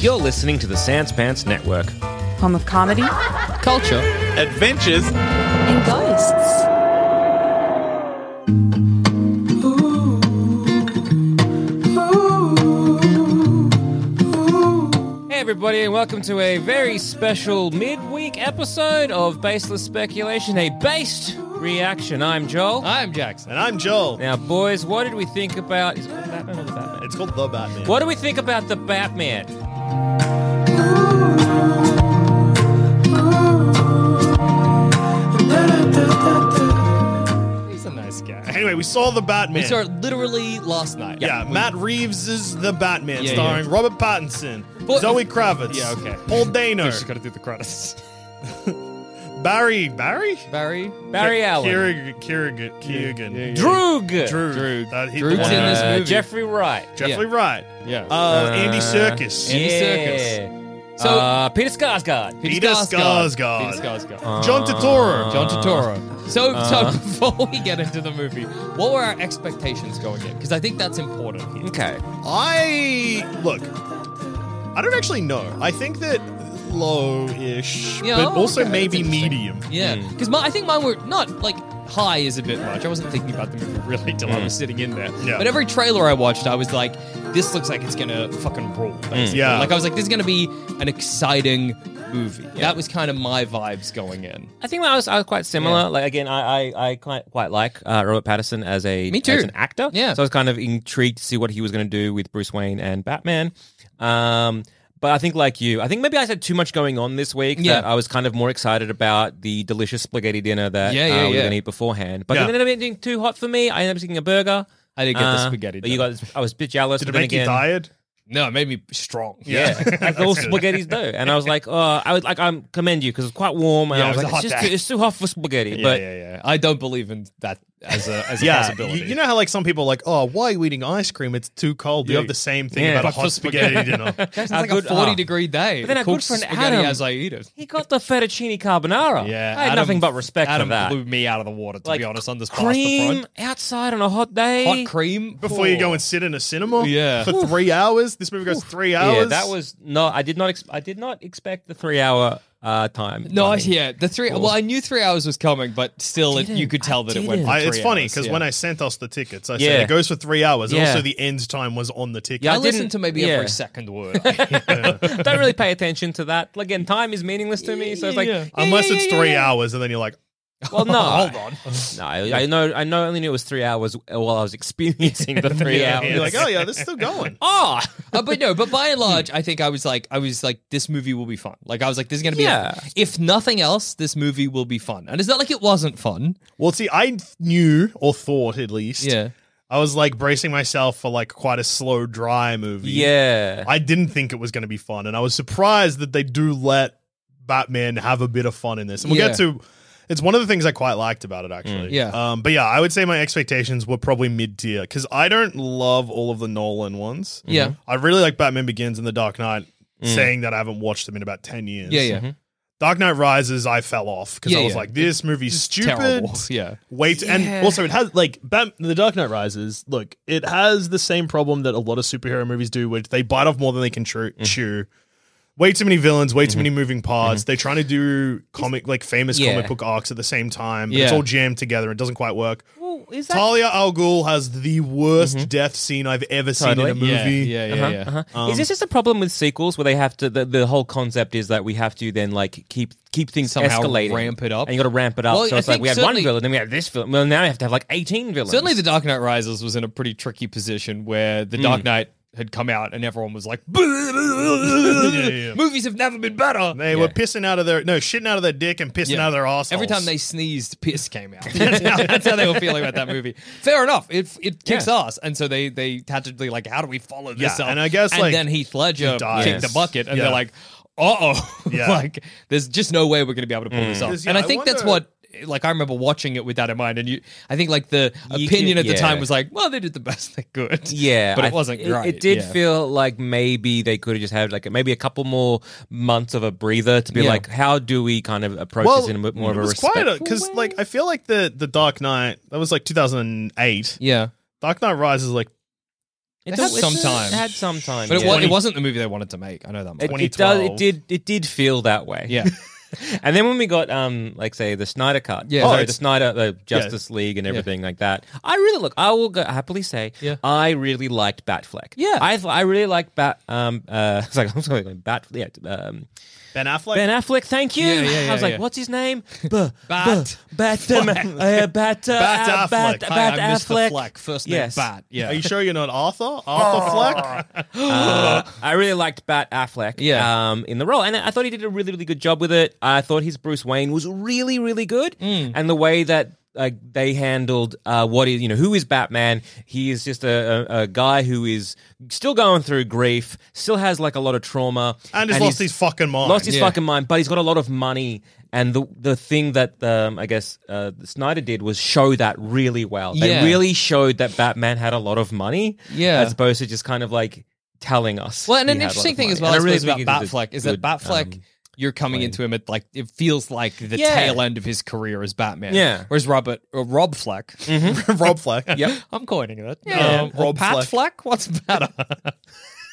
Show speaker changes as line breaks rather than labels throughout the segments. You're listening to the Sans Pants Network.
Home of comedy
Culture.
Adventures.
and ghosts.
Hey, everybody, and welcome to a very special midweek episode of Baseless Speculation, a based reaction. I'm Joel.
I'm Jackson.
And I'm Joel.
now, boys, what did we think about? Is it called Batman or the Batman?
It's called The Batman.
What do we think about the Batman?
He's a nice guy.
Anyway, we saw The Batman.
We saw it literally last night.
yeah, Matt Reeves is The Batman,
Yeah,
starring Robert Pattinson,
But-
Zoe Kravitz,
Yeah, okay.
Paul Dano,
got to do the credits.
Barry, Barry?
Barry.
Barry Allen.
Kierig- Kierig- Kiegan.
yeah, yeah.
Droog.
Droog.
Droog.
That- he-
Droog's
the one-
in this
Uh,
movie.
Jeffrey Wright.
Jeffrey Wright.
Yeah.
Uh, Andy Serkis.
Andy
yeah.
Serkis.
So,
So-
uh, Peter Skarsgård.
Peter Skarsgård. Um,
Peter Skarsgård.
John Turturro.
Uh, John Turturro. So,
uh,
so before we get into the movie, what were our expectations going in? Because I think that's important here.
Okay.
I look. I don't actually know. I think that low-ish,
Yeah,
but
oh,
also
okay,
maybe
that's interesting.
medium.
Yeah, because Mm. I think mine were not like high is a bit much. I wasn't thinking about the movie really till I was sitting in there.
Mm. Yeah.
But every trailer I watched, I was like, this looks like it's gonna fucking rule. Basically.
Mm. Yeah.
Like I was like, this is gonna be an exciting movie. That was kind of my vibes going in.
I think I was, I was quite similar.
Yeah.
Like again, I I, I quite, quite like uh, Robert Patterson as a
Me too.
as an actor.
Yeah.
so I was kind of intrigued to see what he was going to do with Bruce Wayne and Batman. Um, but I think like you, I think maybe I had too much going on this week
Yeah.
that I was kind of more excited about the delicious spaghetti dinner that
Yeah, yeah,
uh, we were
yeah.
going to eat beforehand. But
Yeah.
it ended up being too hot for me. I ended up eating a burger.
I didn't get the
Uh,
spaghetti
but You
dinner.
got, I was a bit jealous.
Did
but
it
then
make
again,
you tired?
No, it made me strong.
Yeah, like all
That's good.
spaghettis do. And I was like, oh, I was like, I'm commend you because it's quite warm. And
Yeah,
I
it
was,
was a
like,
hot
it's, just
day.
too, it's too hot for spaghetti.
Yeah,
but
yeah, yeah. I don't believe in that as a as a
Yeah,
possibility.
you, you know how like some people are like, oh, why are you eating ice cream? It's too cold. You
Yeah.
have the same thing
Yeah.
about a
But
hot
for
spaghetti dinner.
it's
how
like
good-
a forty
ah.
degree day.
But then
It
I could
cooks
for an
spaghetti
Adam.
as I eat it.
He got the fettuccine carbonara.
Yeah,
I had
Adam-
nothing but respect
Adam
for that.
blew me out of the water, to
Like,
be honest, on this
Cream
pasta
outside on a hot day.
front. Hot cream.
Before you
Cool.
go and sit in a cinema
Yeah.
for three hours. This movie goes three hours.
Yeah, that was no. I did not. Ex- I did not expect the three-hour uh, time.
No,
timing.
yeah, the three. Well, I knew three hours was coming, but still, it, you
Didn't.
could
I
tell that it went.
didn't.
For
I,
three
it's funny
hours,
because
yeah.
when I sent us the tickets, I
Yeah.
said it goes for three hours. and
Yeah.
Also, the end time was on the ticket.
Yeah,
I,
I
listened
didn't-
to maybe
yeah.
every second word.
don't really pay attention to that. Again, time is meaningless to me. So it's like,
Yeah.
yeah,
Unless
yeah,
it's
yeah,
three
yeah.
hours, and then you're like,
Well, no,
hold on.
No, I, I know. I know. Only knew it was three hours while I was experiencing the three
Yeah,
hours.
You're like, oh yeah, this is still going.
oh,
Uh, but no, but by and large, I think I was like, I was like, this movie will be fun. Like I was like, this is gonna be,
Yeah.
a, if nothing else, this movie will be fun. And it's not like it wasn't fun.
Well, see, I knew or thought at least.
Yeah,
I was like bracing myself for like quite a slow, dry movie.
yeah.
I didn't think it was going to be fun, and I was surprised that they do let Batman have a bit of fun in this. And we'll
Yeah. Mm,
get to. It's one of the things I quite liked about it, actually.
yeah.
Um, but yeah, I would say my expectations were probably mid tier because I don't love all of the Nolan ones.
yeah, Mm.
I really like Batman Begins and The Dark Knight. Saying that I haven't watched them in about ten years.
yeah, yeah.
Dark Knight Rises, I fell off because
Yeah,
I was
yeah.
like, this movie's stupid.
Terrible. Yeah,
Wait, and also it has like Bat- the Dark Knight Rises. Look, it has the same problem that a lot of superhero movies do, which they bite off more than they can chew.
Mm-hmm.
chew. Way too many villains, way too many moving parts. They're trying to do comic like famous
Mm-hmm. Yeah.
comic book arcs at the same time. But It's
Yeah.
all jammed together. It doesn't quite work.
Well, is that
Talia al Ghul has the worst death scene I've ever
Mm-hmm. Totally.
seen in a
yeah,
movie.
yeah, yeah. yeah.
Uh-huh, is this just a problem with sequels where they have to the, the whole concept is that we have to then like keep keep things
Somehow
escalating
ramp it up.
and you got to ramp it up
Well,
so
I
it's like
think
we had one
certainly-
villain then we have this villain well now we have to have like 18 villains
Certainly, The Dark Knight Rises was in a pretty tricky position where
Hmm.
The Dark Knight had come out and everyone was like,
yeah.
movies have never been better.
They were pissing out of their no shitting out of their dick and pissing
Yeah.
out of their ass.
Every time they sneezed, piss came out. That's how, that's how they were feeling about that movie. Fair enough. It it kicks
Yeah.
ass, and so they they had to be like, how do we follow this
Yeah,
up?
and I guess,
and
like,
then Heath Ledger
he dies.
kicked the bucket, and
Yeah.
they're like, uh oh,
Yeah.
like there's just no way we're going to be able to pull this off.
Because, yeah,
and I
I
think that's
wonder-
what. Like I remember watching it with that in mind, and you, I think like the
You
opinion
could-
at the
yeah.
time was like, well, they did the best they could.
yeah
but
I-
it wasn't great.
it, did
yeah.
feel like maybe they could have just had like maybe a couple more months of a breather to be
Yeah.
like how do we kind of approach this in a bit more of a respectful
because
way?
like I feel like the the Dark Knight that was like 2008.
yeah.
Dark Knight Rises is like
It
had
it's-
some
it
time.
had some time,
But it,
yeah.
wa- it wasn't the movie they wanted to make. I know that much.
It, it does. It
2012.
did. It did feel that way.
yeah.
And then when we got, um, like say the Snyder Cut,
Yeah.
yeah,
Oh,
sorry, the
it's-
Snyder uh, Justice League and everything like that. I really look. I will go, happily say,
Yeah.
I really liked Batfleck.
Yeah.
I th- I really liked Bat. Um, uh, it's like I'm sorry, like Bat. Yeah, um,
Ben Affleck.
Ben Affleck. Thank you.
Yeah, yeah, yeah,
I was like,
yeah.
what's his name?
Bat.
Bat. Um, uh, bat. Uh,
Bat
uh,
Affleck.
Bat.
Hi,
Bat
I'm Mr.
Affleck.
Fleck. First name
Yes.
Bat. Yeah.
Are you sure you're not Arthur? Arthur Fleck.
Uh, I really liked Bat Affleck
Yeah.
um, in the role, and I thought he did a really, really good job with it. I thought his Bruce Wayne was really, really good, and the way that like they handled uh, what is you know who is Batman? He is just a, a, a guy who is still going through grief, still has like a lot of trauma,
And he's lost
he's-
his fucking mind.
lost his
Yeah.
fucking mind, but he's got a lot of money. And the the thing that um, I guess uh, Snyder did was show that really well.
Yeah.
They really showed that Batman had a lot of money,
Yeah.
as opposed to just kind of like telling us.
Well, and
he
an
had a lot
interesting
of
thing
money.
as well,
And
I
I really
suppose, about
think it was a
Batfleck is that
good,
Batfleck,
um,
you're coming into him at like it feels like the
Yeah.
tail end of his career as Batman.
Yeah. Mm-hmm.
Whereas Robert or Rob Fleck,
Rob Fleck.
yep, I'm coining it.
Yeah.
Um, or
Rob
Pat Fleck.
Fleck.
What's better?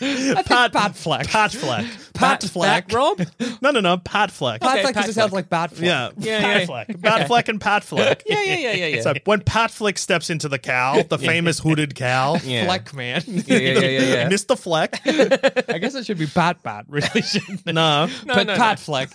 Pat, Pat Fleck.
Pat Fleck.
Pat Fleck.
Bat Rob.
No, no, no. Pat Fleck.
Pat
Okay,
Fleck
Pat
just sounds
Fleck.
like Bat Fleck.
Yeah.
Yeah,
Pat
yeah.
Fleck. Pat Fleck and Pat Fleck.
yeah, yeah, yeah, yeah, yeah.
So when Pat Fleck steps into the cow, the famous hooded cow,
yeah.
Fleck man.
Yeah, yeah, yeah, yeah, yeah.
Mr. Fleck.
I guess it should be Bat Bat, really, shouldn't it?
no.
but
no, no.
Pat Fleck.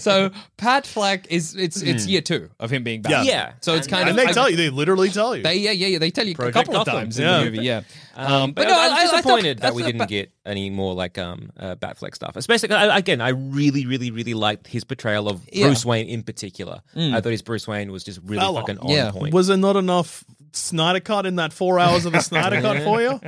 so Pat Fleck is it's it's year two of him being Batman.
Yeah.
Hmm. Yeah.
So it's kind
And
of
they tell you, they literally tell you.
They yeah yeah yeah they tell you
Project
a couple of
Gotham.
times in
Yeah.
the movie yeah. Um,
but, no, I'm
thought-
disappointed
I
that we
thought
didn't
Bat-
get any more like um uh, Batfleck stuff. Especially I- again, I really, really, really liked his portrayal of
Yeah.
Bruce Wayne in particular. I thought his Bruce Wayne was just really
Fella.
fucking on
Oh, Yeah.
point.
Was there not enough Snyder Cut in that four hours of the Snyder Cut for you?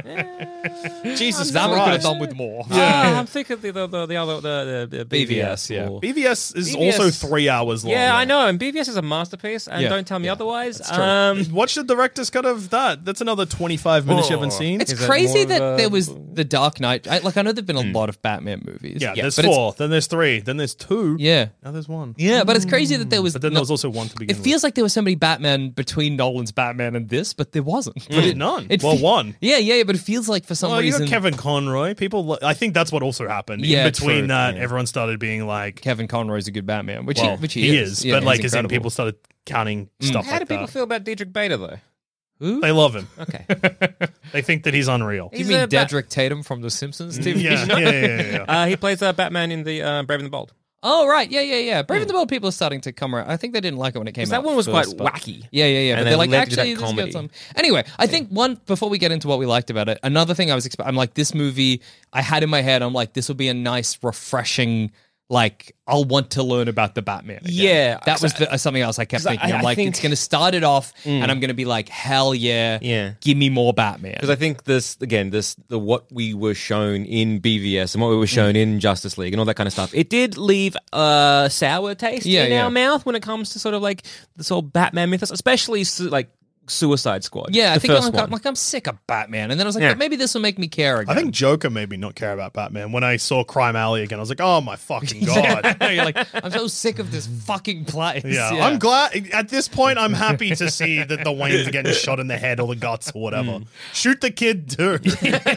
Jesus
I'm
Zanuck could have
surprised.
done with more.
Yeah, I'm thinking the the, the, the other the, the, the BVS.
BVS, yeah.
or-
BVS is
BVS.
also three hours long.
yeah, I know. And BVS is a masterpiece, and
Yeah.
don't tell me otherwise.
true.
Um,
Watch the director's cut of that. That's another 25 minutes you haven't
Oh.
seen.
It's
Is it
crazy
more
that
of a-
there was the Dark Knight. I, like I know there've been a lot of Batman movies.
Hmm. yeah, there's
but it's-
four, then there's three, then there's two.
Yeah,
Now there's one.
yeah, but it's crazy that there was.
Hmm. But then
no-
there was also one to
it
begin with.
feels like there was so many Batman between Nolan's Batman and this, but there wasn't. But it,
None.
it
well,
fe-
one.
Yeah, yeah, yeah, but it feels like for some
Hmm. Well, you
reason
got Kevin Conroy. People, li- I think that's what also happened.
Yeah,
in between
true,
that, everyone started being like,
Kevin Conroy's a good Batman, which
"Well,
he, which he,
he
is,
is,"
Yeah,
but
he's
like, as in
incredible. Mm.
people started counting stuff.
how
like
do people
that.
feel about Diedrich Beta though?
Who?
They love him.
Okay,
They think that he's unreal.
You
He's
mean
a Bat-
Dedrick Tatum from The Simpsons TV?
yeah, yeah, yeah, yeah, yeah.
uh, he plays uh, Batman in the uh, Brave and the Bold.
Oh right, yeah, yeah, yeah. Brave
Hmm.
and the Bold people are starting to come around. I think they didn't like it when it came out.
That one was
first,
quite
but-
wacky.
Yeah, yeah, yeah.
And
but
they
they're like,
led to that
actually, this got
comedy.
some. Anyway, I think one before we get into what we liked about it, another thing I was expecting. I'm like, this movie I had in my head. I'm like, this will be a nice, refreshing. Like, I'll want to learn about the Batman. again.
Yeah,
that was
'cause
the, uh, something else I kept
'cause I-
thinking. I, am
I
like,
think- Mm.
it's going to start it off, and I'm going to be like, hell yeah,
Yeah.
give me more Batman.
Because I think this again, this the what we were shown in BVS and what we
Mm.
were shown in Justice League and all that kind of stuff. It did leave a sour taste
Yeah,
in
yeah.
our mouth when it comes to sort of like this whole Batman mythos, especially su- like Suicide Squad.
yeah, I
the
think I'm
first
like,
one.
I'm like, I'm sick of Batman, and then I was like,
Yeah.
but maybe this will make me care again.
I think Joker made me not care about Batman. When I saw Crime Alley again, I was like, "Oh my fucking god!"
You're like, I'm so sick of this fucking place.
Yeah, I'm glad. At this point, I'm happy to see that the Wayne's are getting shot in the head or the guts or whatever. Shoot the kid too.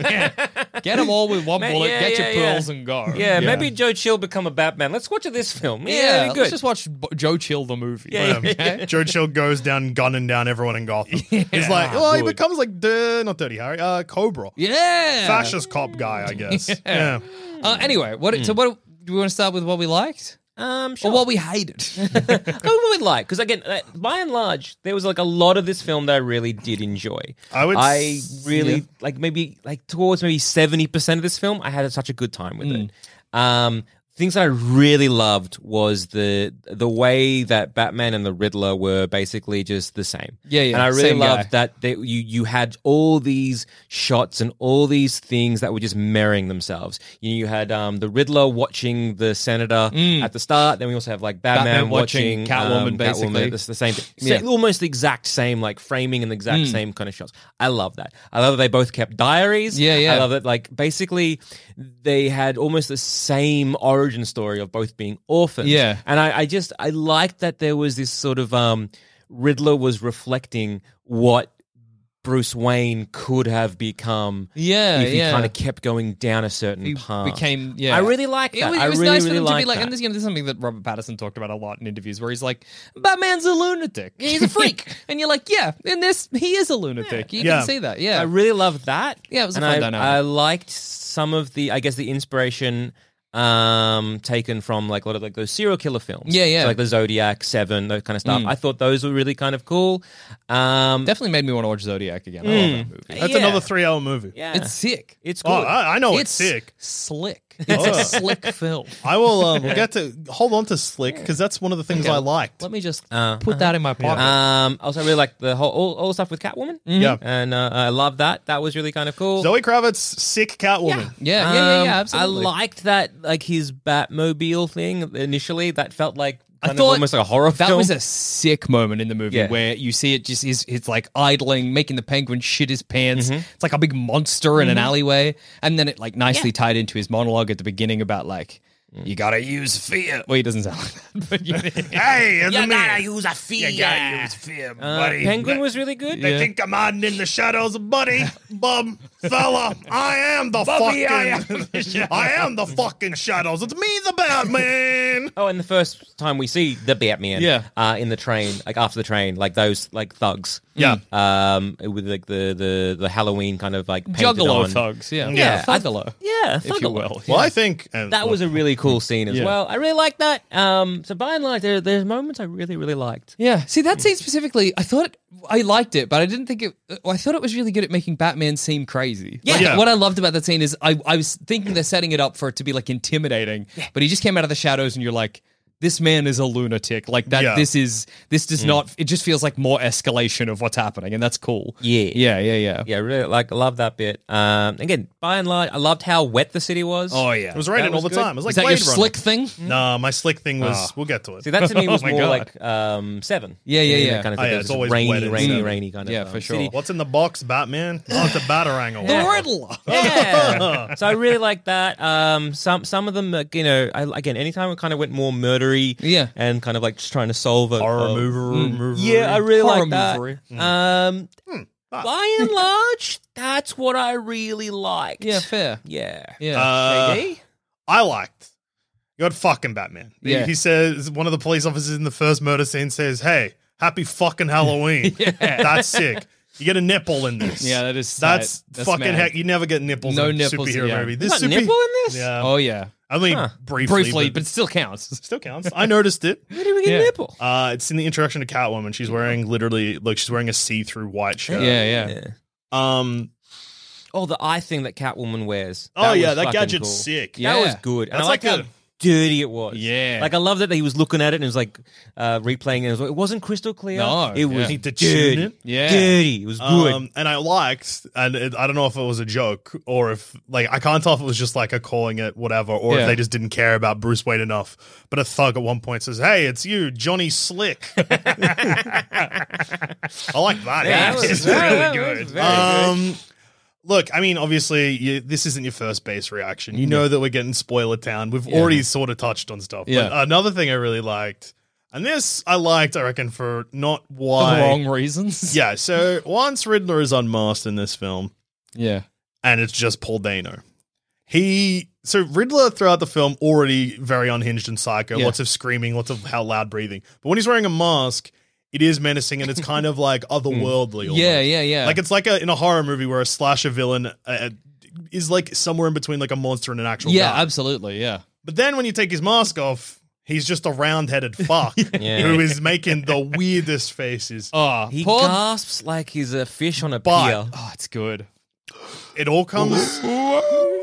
Get them all with one
Man,
bullet,
yeah,
get
yeah,
your
yeah.
pearls and go.
Yeah, maybe Joe Chill become a Batman. Let's watch this film. Yeah,
Yeah,
it'd be
let's
good.
just watch Bo- Joe Chill the movie.
Yeah, yeah.
Okay?
Joe Chill Um, goes down gunning down everyone in Gotham. He's like, oh, he becomes like the not Dirty Harry, uh, Cobra,
Yeah.
fascist cop guy, I guess. Yeah.
Uh, anyway, what? So what? Do we want to start with what we liked
um, Hmm. sure.
or what we hated?
I would really like because again, uh, by and large, there was like a lot of this film that I really did enjoy.
I would
I
s-
really like maybe like towards maybe seventy percent of this film, I had such a good time with
Mm.
it. Um, things that I really loved was the the way that Batman and the Riddler were basically just the same.
Yeah, yeah,
And I really
same guy.
loved that they, you you had all these shots and all these things that were just mirroring themselves. You, you had um, the Riddler watching the senator
Mm.
at the start. Then we also have like Batman,
Batman watching
watching,
Catwoman,
um,
basically.
It's the same, thing.
Yeah. Hmm.
Sa- almost the exact same like framing and the exact same kind of shots. I love that. I love that they both kept diaries.
Yeah, yeah.
I love that. Like basically, they had almost the same origin story of both being orphans.
Yeah.
and I, I just I liked that there was this sort of um, Riddler was reflecting what Bruce Wayne could have become
Yeah,
if he
yeah.
kind of kept going down a certain
He
path.
became yeah.
I really like
It
that.
was, it
I
was
really,
nice for
really
them to be
like
like,
that.
and this, you know, this is something that Robert Patterson talked about a lot in interviews, where he's like, "Batman's a lunatic. He's a freak," and you're like, "Yeah." In this, he is a lunatic. You
Yeah.
can see that. Yeah,
I really loved that.
Yeah, it was a
and
fun
I,
dynamic.
I liked some of the, I guess, the inspiration um taken from like a lot of like those serial killer films.
Yeah, Mm. yeah.
So, like the Zodiac, Seven, that kind of stuff. I thought those were really kind of cool. Um,
definitely made me want to watch Zodiac again. I love that movie.
That's
Hmm. Yeah.
another three hour movie.
yeah,
It's sick.
it's
Oh,
cool.
I, I know it's, sick.
Slick. It's
Oh.
a slick film.
I will um, we'll get to hold on to Slick because that's one of the things I liked.
Let me just
Uh,
put that in my pocket.
Um, also, I really like the whole all, all stuff with Catwoman.
Mm.
Yeah.
and uh, I love that. That was really kind of cool.
Zoe Kravitz, sick Catwoman.
yeah, yeah, yeah, yeah.
Um,
Absolutely.
I liked that, like his Batmobile thing initially. That felt like
I
kind of
thought
almost like a horror
That
film.
was a sick moment in the movie
Yeah.
where you see it just is it's like idling, making the penguin shit his pants.
Mm-hmm.
It's like a big monster in an alleyway, and then it like nicely tied into his monologue at the beginning about like
Mm.
you gotta use fear. Well, he doesn't sound like that, but you
Hey, and the man.
use a fear. You gotta use fear,
Uh,
buddy.
Penguin was really good.
They think I'm hiding in the shadows, buddy. Bum, fella, I am the
Bubby, I am
fucking. I am the fucking shadows. It's me, the Batman.
Oh, and the first time we see the Batman,
Yeah.
uh, in the train, like after the train, like those like thugs,
Yeah.
um, with like the the the Halloween kind of like painted
juggalo
on.
thugs, yeah,
Yeah.
thuggalo,
yeah,
if you
thuggalo.
will.
Well, I think and
That was a really cool scene as
Yeah.
well. I really like that. Um, so by and large, there, there's moments I really really liked.
Yeah. See, that scene specifically, I thought I liked it, but I didn't think it. I thought it was really good at making Batman seem crazy. Like,
Yeah.
What I loved about that scene is I, I was thinking they're setting it up for it to be like intimidating, but he just came out of the shadows and you're like, this man is a lunatic. Like that.
Yeah. Mm.
This is this does not. It just feels like more escalation of what's happening, and that's cool.
Yeah.
Yeah. Yeah. Yeah.
Yeah, really like love that bit. Um, again, by and large, I loved how wet the city was.
Oh yeah.
It was raining all the time. It was like
is that your
Blade Runner.
slick thing?
Hmm.
Nah, my slick thing was.
Ah.
We'll get to it.
See, that to me was
Oh my
more
God.
like um, seven.
Yeah, yeah,
You know,
yeah.
Kind of
Oh,
thing.
yeah,
It was
it's always
rainy,
wet in
rainy,
seven.
rainy kind of.
Yeah,
um,
for sure.
city.
What's in the box, Batman? Oh, it's a Batarang.
The Riddler.
Yeah. so I really like that. Um, some some of them, like, you know, I, again, anytime it kind of went more murdery,
Yeah.
and kind of like just trying to solve a
Horror Mm.
a-
mover, mover.
Hmm. Yeah, I really
Horror
like that.
movery.
Um,
Hmm. Ah.
by and large, that's what I really liked.
Yeah. Fair.
yeah,
Yeah.
Uh,
JD?
I liked. You had fucking Batman. He-
Yeah.
He, says one of the police officers in the first murder scene says, "Hey, happy fucking Halloween." That's sick. You get a nipple in this.
Yeah, that is
That's,
tight. That's
fucking
mad.
heck. You never get nipples
No
in a
nipples,
superhero
yeah.
movie.
You
This
got
super-
nipple in this?
Yeah.
oh yeah.
I mean,
Huh.
briefly,
Briefly, but it still counts.
still counts. I noticed it.
Where did we get
Yeah.
nipple?
Uh, it's in the introduction to Catwoman. She's wearing literally like she's wearing a see-through white shirt.
Yeah, yeah.
Um.
Oh, the eye thing that Catwoman wears.
Oh
was
yeah, that
fucking
gadget's
cool.
sick.
Yeah.
That was good. And
That's
I like
like
how
a-
dirty it was.
Yeah.
Like I love that he was looking at it and it was like uh, replaying it. It, was like, it wasn't crystal clear.
No,
it
yeah.
was
Need
to
dirty.
tune it.
Yeah.
Dirty. It was good.
Um, and I liked, and it, I don't know if it was a joke or if like I can't tell if it was just like a calling it whatever, or
Yeah.
if they just didn't care about Bruce Wayne enough. But a thug at one point says, "Hey, it's you, Johnny Slick." I like that.
That was-
It's
that
really
was
good.
very good.
Um, look, I mean, obviously, you, this isn't your first base reaction. You know that we're getting spoiler town. We've already sort of touched on stuff.
Yeah.
But another thing I really liked, and this I liked, I reckon, for not
For
why
the wrong reasons.
yeah, so once Riddler is unmasked in this film,
Yeah.
and it's just Paul Dano. He so Riddler throughout the film already very unhinged and psycho,
Yeah.
lots of screaming, lots of how loud breathing. But when he's wearing a mask, it is menacing and it's kind of like otherworldly.
Hmm.
almost.
Yeah, yeah, yeah.
Like it's like a, in a horror movie where a slasher villain uh, is like somewhere in between like a monster and an actual
yeah,
guy.
absolutely. Yeah.
But then when you take his mask off, he's just a round-headed fuck
Yeah.
who is making the weirdest faces.
Oh,
he
Paul-
gasps like he's a fish on a
But-
pier.
oh, it's good.
It all comes. yeah,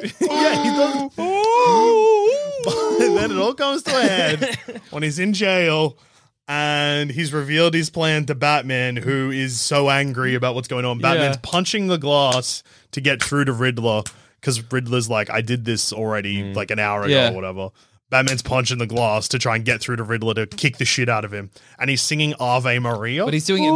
he does. then it all comes to a head when he's in jail and he's revealed his plan to Batman, who is so angry about what's going on. Batman's
Yeah.
punching the glass to get through to Riddler because Riddler's like, I did this already like an hour ago
Mm. Yeah.
or whatever. Batman's punching the glass to try and get through to Riddler to kick the shit out of him. And he's singing Ave Maria.
But he's doing it.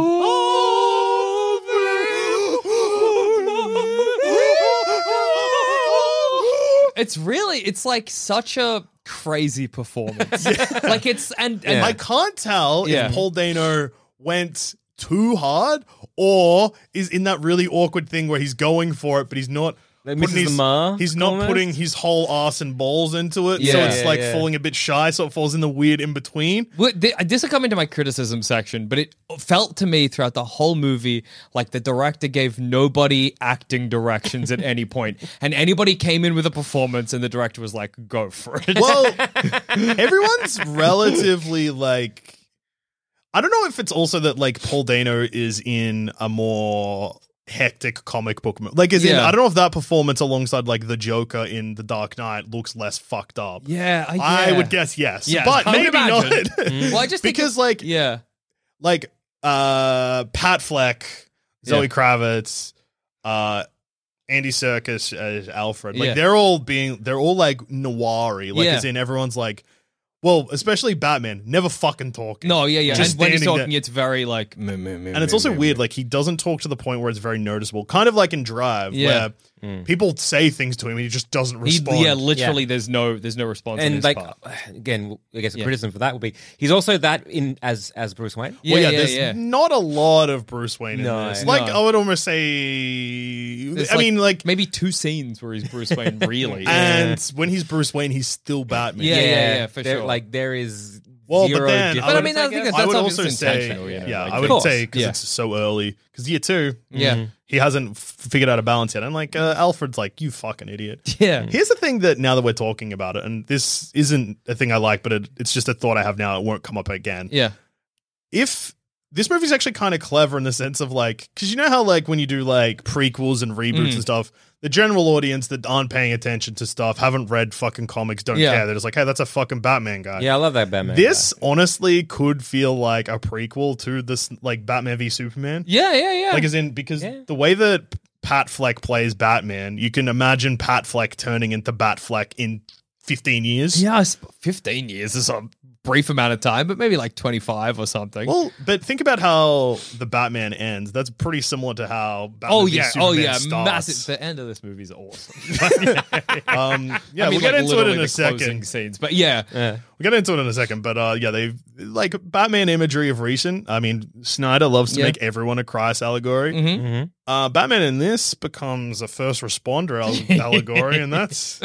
It's really, it's like such a crazy performance. like it's, and, and
I can't tell
Yeah.
if Paul Dano went too hard, or is in that really awkward thing where he's going for it, but he's not.
Like
putting
Mrs.
his-
Ma,
he's not
almost?
putting his whole ass and balls into it, so
Yeah.
it's
Yeah,
like
yeah.
falling a bit shy, so it falls in the weird in between.
Well, th- this will come into my criticism section, but it felt to me throughout the whole movie like the director gave nobody acting directions at any point, and anybody came in with a performance, and the director was like, "Go for it."
Well, everyone's relatively like. I don't know if it's also that like Paul Dano is in a more hectic comic book mo- like is in
Yeah.
I don't know if that performance alongside like the Joker in The Dark Knight looks less fucked up.
yeah,
I
yeah.
would guess yes,
Yeah,
but
I would
maybe not.
imagine. Mm. Well, I just think
because
it-
like
yeah,
like uh Pat Fleck, Zoe
Yeah.
Kravitz, uh Andy Circus as Alfred. Like
Yeah.
they're all being they're all like noiry. Like
Yeah.
as in everyone's like well, especially Batman, never fucking talking.
no, yeah, yeah.
Just
and when he's
standing
talking,
there.
it's very like, and
And it's also weird, like he doesn't talk to the point where it's very noticeable. Kind of like in Drive,
Yeah.
where people say things to him and he just doesn't respond.
yeah, literally, there's no, there's no response. on
and
his
like
part.
again, I guess a
Yeah.
criticism for that would be he's also that in as as Bruce Wayne.
yeah,
well, yeah,
yeah,
there's
yeah.
not a lot of Bruce Wayne
No.
in this. Like,
No.
I would almost say,
There's,
I mean, like,
maybe two scenes where he's Bruce Wayne, really.
and when he's Bruce Wayne, he's still Batman.
Yeah, yeah, yeah, for
there-
sure.
Like there is
Well,
zero
but then
difference,
But I mean, I
guess.
think that's-
I would
obviously
also say,
intentional, you know,
yeah,
like,
I
of
would
course,
say because
yeah. Mm.
it's so early. Because year two,
Yeah.
mhm, he hasn't f- figured out a balance yet. And like uh, Alfred's like, you fucking idiot.
yeah,
Here's the thing that now that we're talking about it, and this isn't a thing I like, but it, it's just a thought I have now. It won't come up again.
yeah,
If this movie's actually kind of clever in the sense of like, because you know how like when you do like prequels and reboots
Mm.
and stuff, the general audience that aren't paying attention to stuff, haven't read fucking comics, don't
Yeah.
care. They're just like, hey, that's a fucking Batman guy.
yeah, I love that Batman.
This honestly could feel like a prequel to this, like Batman v Superman.
yeah, yeah, yeah.
Like, as in, because
Yeah.
the way that Pat Fleck plays Batman, you can imagine Pat Fleck turning into Bat Fleck in 15 years.
Yeah, I sp- 15 years is a brief amount of time, but maybe like 25 or something.
Well, but think about how the Batman ends. That's pretty similar to how Batman
oh,
v
yeah.
Superman
oh, yeah.
starts.
Massive. The end of this movie is awesome.
Um, yeah,
I mean,
we'll get
like,
into it
literally
in
the
a
closing
second.
Scenes, but yeah.
Yeah.
We'll get into it in a second. But uh, yeah, they've like Batman imagery of recent. I mean, Snyder loves to
Yeah.
make everyone a Christ allegory.
Mhm.
Mhm.
uh, Batman in this becomes a first responder al- allegory, and that's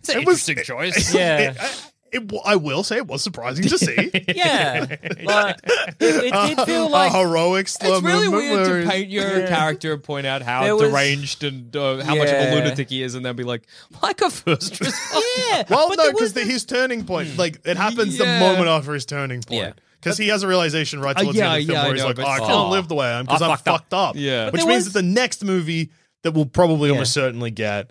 It's an
It was-
interesting choice.
Yeah.
it, I- it w- I will say it was surprising to see. Uh,
yeah, like, it, it did feel like
a heroic slow
It's really
movement
weird
where-
to paint your character and point out how
There was-
deranged and uh, how much of a
Yeah.
lunatic he is, and then be like, like a first response.
yeah.
uh, Well,
but
no,
there
because
was
the, his turning point, like it happens
Yeah.
the moment after his turning point.
Yeah.
Because he has a realization right towards
yeah,
the end of the film
yeah, I
where he's
know,
like, oh,
but
I
still.
can't live the way I am because
I
I'm
fucked
fucked,
up.
up.
Yeah. But
Which
there
means
was-
that the next movie that we'll probably
Yeah.
almost certainly get,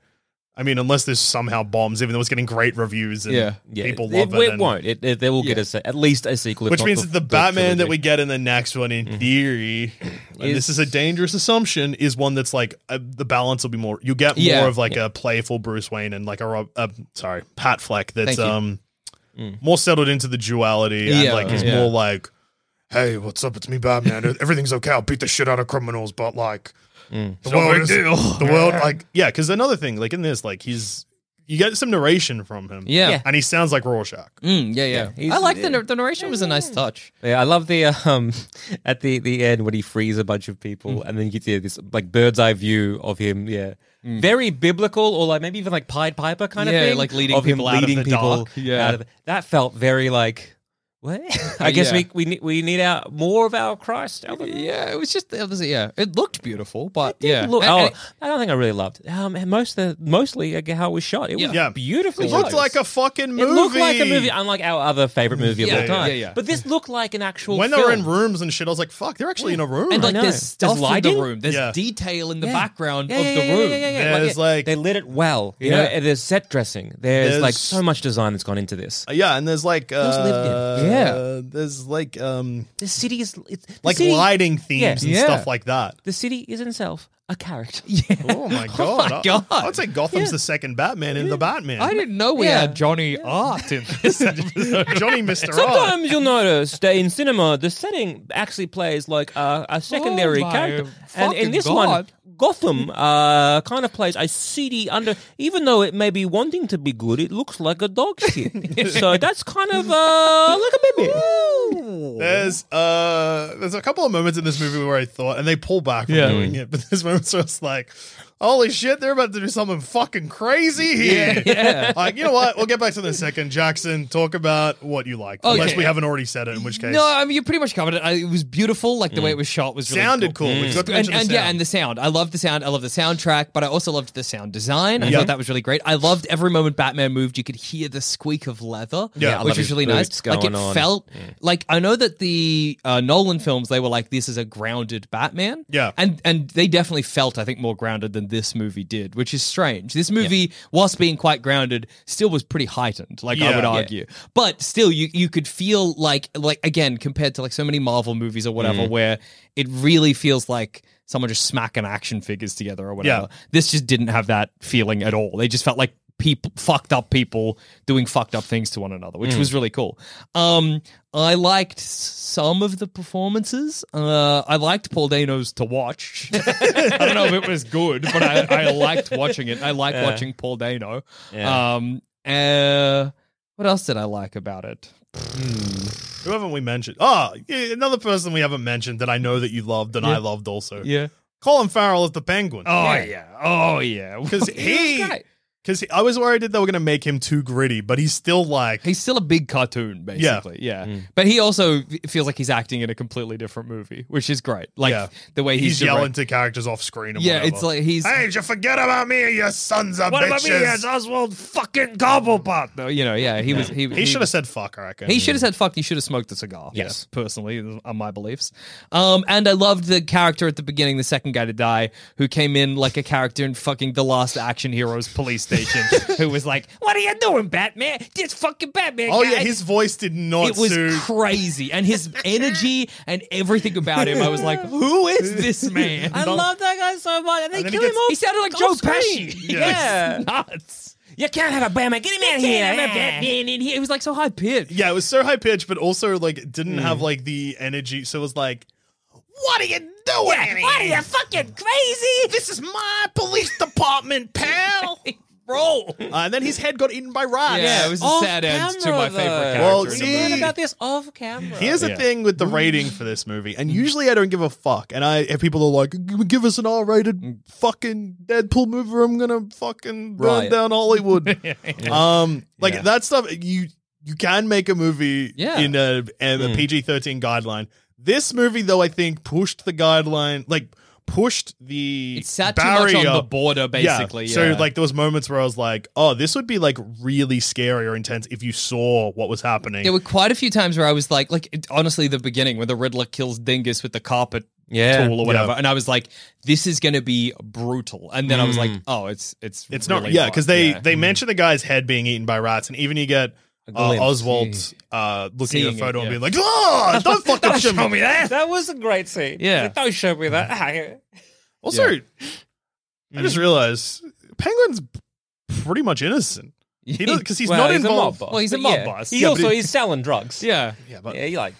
I mean, unless this somehow bombs, even though it's getting great reviews and
Yeah.
Yeah,
people
it,
love it.
it,
and-
won't. It, it, they will get
Yeah.
a, se- at least a sequel, if
Which
not
means
the,
that the
the
Batman that
trilogy.
we get in the next one,
Mm-hmm.
in theory, and this
Is-
is a dangerous assumption, is one that's like uh, the balance will be more. You get more
Yeah,
of like a playful Bruce Wayne and like a Rob, uh, sorry Pat Fleck that's
Thank you. Mm.
um more settled into the duality and
Yeah,
like is
yeah.
more like
Hey, what's up? It's me, Batman. Everything's okay. I'll beat the shit out of criminals, but like,
Mm.
the world
is- the world like yeah. Because another thing like in this like he's you get some narration from him
Yeah. Yeah.
and he sounds like Rorschach.
Mm, yeah, yeah.
he's-
I like the, nar- the narration was a nice touch.
Yeah, I love the um at the the end when he frees a bunch of people,
Mm.
and then you get yeah, this like bird's eye view of him. Yeah, very biblical, or like maybe even like Pied Piper kind
Mm. Yeah,
of thing,
like leading
of him
people out of
leading
the
people
dark. Yeah.
out of- that felt very like. What? I guess
yeah.
we we need we need our more of our Christ. element.
Yeah, it was just it was, yeah, it looked beautiful, but
Did
yeah,
look-
And-
oh,
and-
I don't think I really loved. Um, and most of the, mostly like, how it was shot. It was
Yeah.
beautiful.
It looked like a fucking movie.
It looked like a movie, unlike our other favorite movie
Yeah,
of all
yeah,
time.
yeah, yeah.
But this looked like an actual.
When they were in
film.
rooms and shit, I was like, "Fuck, they're actually in a room."
and like
know.
there's
There's
stuff in the
lighting?
room. There's
Yeah.
detail in the
Yeah.
background
Yeah,
of
yeah,
the
yeah,
room.
yeah, yeah, yeah.
There's, like-
they lit it well. You
Yeah.
know, and there's set dressing. There's,
There's-
like so much design that's gone into this.
Uh, Yeah, and there's like uh,
lived in?
Yeah.
there's like um
The city is it's, the
like
city,
lighting themes
Yeah.
and
Yeah.
stuff like that.
The city is in itself a character.
Oh my god!
my
I-
God.
I, would say Gotham's the second Batman in the Batman.
I didn't know we
Yeah.
had Johnny Art in this.
Johnny Mister R.
Sometimes you'll notice that in cinema, the setting actually plays like a, a secondary
my
character. And
fucking
in this
God.
one, Gotham uh, kind of plays a seedy under, even though it may be wanting to be good, it looks like a dog shit. so that's kind of uh, like a baby.
There's uh, there's a couple of moments in this movie where I thought, and they pull back from
Yeah.
doing it, but there's moments where it's like, holy shit, they're about to do something fucking crazy here.
Yeah.
Like, you know what? We'll get back to this in a second. Jackson, talk about what you liked.
Okay.
Unless we haven't already said it, in which case.
No, I mean you pretty much covered it. I, it was beautiful, like the way it was shot was really
sounded cool. We've got to
Mm. and,
mention the
and yeah,
sound.
and the sound. I love the sound. I love the soundtrack, but I also loved the sound design. I
Yeah.
thought that was really great. I loved every moment Batman moved. You could hear the squeak of leather,
Yeah, I love
which was
his
really
boots
nice. Like
going
it
on.
felt like I know that the uh, Nolan films they were like this is a grounded Batman.
Yeah.
and and they definitely felt I think more grounded than this movie did, which is strange. This movie, whilst being quite grounded, still was pretty heightened. Like I
Yeah.
would
Yeah.
argue you. But still, you you could feel like like again compared to like so many Marvel movies or whatever, where it really feels like someone just smacking action figures together or whatever. This just didn't have that feeling at all. They just felt like people fucked up people doing fucked up things to one another, which was really cool. Um, I liked s- some of the performances. Uh, I liked Paul Dano's to watch. I don't know if it was good, but I, I liked watching it. I liked watching Paul Dano.
Yeah.
Um, uh, what else did I like about it?
Who haven't we mentioned? Ah, yeah, another person we haven't mentioned that I know that you loved and I loved also.
Yeah.
Colin Farrell as the Penguin.
Oh yeah. Oh yeah.
'Cause he, because I was worried that they were going to make him too gritty, but he's still like,
he's still a big cartoon basically. Yeah. But he also f- feels like he's acting in a completely different movie, which is great. Like
Yeah.
the way
he's,
he's, direct-
yelling to characters off screen. And
Yeah,
whatever.
it's like he's
Hey, did you forget about me, you sons of
What
bitches?
about me, you
Oswald fucking Cobblepot?
though, you know, yeah, he was he
he should have said fuck. I reckon
He should have said fuck. He should have smoked a cigar.
Yes.
yeah, personally, on my beliefs. Um, and I loved the character at the beginning, the second guy to die, who came in like a character in fucking the last Action Heroes police station, who was like, "What are you doing, Batman? Just fucking Batman."
Oh yeah,
guys."
his voice did not
It was
suit.
crazy, and his energy and everything about him. I was like, "Who is this man?"
I love that guy so much. And they
And then
kill
he
him
gets-
off.
He sounded like
off
Joe
screen.
Pesci.
Yeah.
nuts.
You can't have a Batman. Get him out of here.
in here. It was like so high pitched.
Yeah, it was so high pitched, but also like it didn't
Mm.
have like the energy. So it was like, what are you doing?
What are you fucking crazy?
This is my police department, pal.
Bro.
Uh, and then his head got eaten by rats.
Yeah, it was a
Off
sad end to
camera,
my favorite
though.
character.
Well,
in the
see,
movie.
Learn about this off camera.
Here's the
Yeah.
thing with the rating for this movie, and usually I don't give a fuck. And I, if people are like, "G- "Give us an
Mm.
R-rated fucking Deadpool movie," I'm gonna fucking burn
Riot.
down Hollywood. Um, like
Yeah.
that stuff. You you can make a movie
Yeah. Mm.
in a, a, PG-13 guideline. This movie, though, I think pushed the guideline, like pushed the
It sat too
barrier.
much on the border, basically. Yeah.
So like there was moments where I was like, oh, this would be like really scary or intense if you saw what was happening.
there were quite a few times where I was like, like it- honestly, the beginning when the Riddler kills Dingus with the carpet
Yeah.
tool or whatever,
Yeah.
and I was like, this is going to be brutal. And then I was like, oh, it's it's
It's
really
not, yeah, because they
yeah.
they mention the guy's head being eaten by rats, and even you get uh,
glimpse.
Oswald uh, looking at
Seeing
the
it,
photo
yeah.
and being like, "Oh, don't fucking show me that."
That was a great scene.
Yeah.
Like, don't show me that.
Also, I just realized Penguin's pretty much innocent. He does because he's
Well,
not involved.
A mob boss,
Well, he's a
but
mob
yeah.
boss.
He
Yeah,
also
but-
he's selling drugs.
yeah.
yeah, but
Yeah, he like.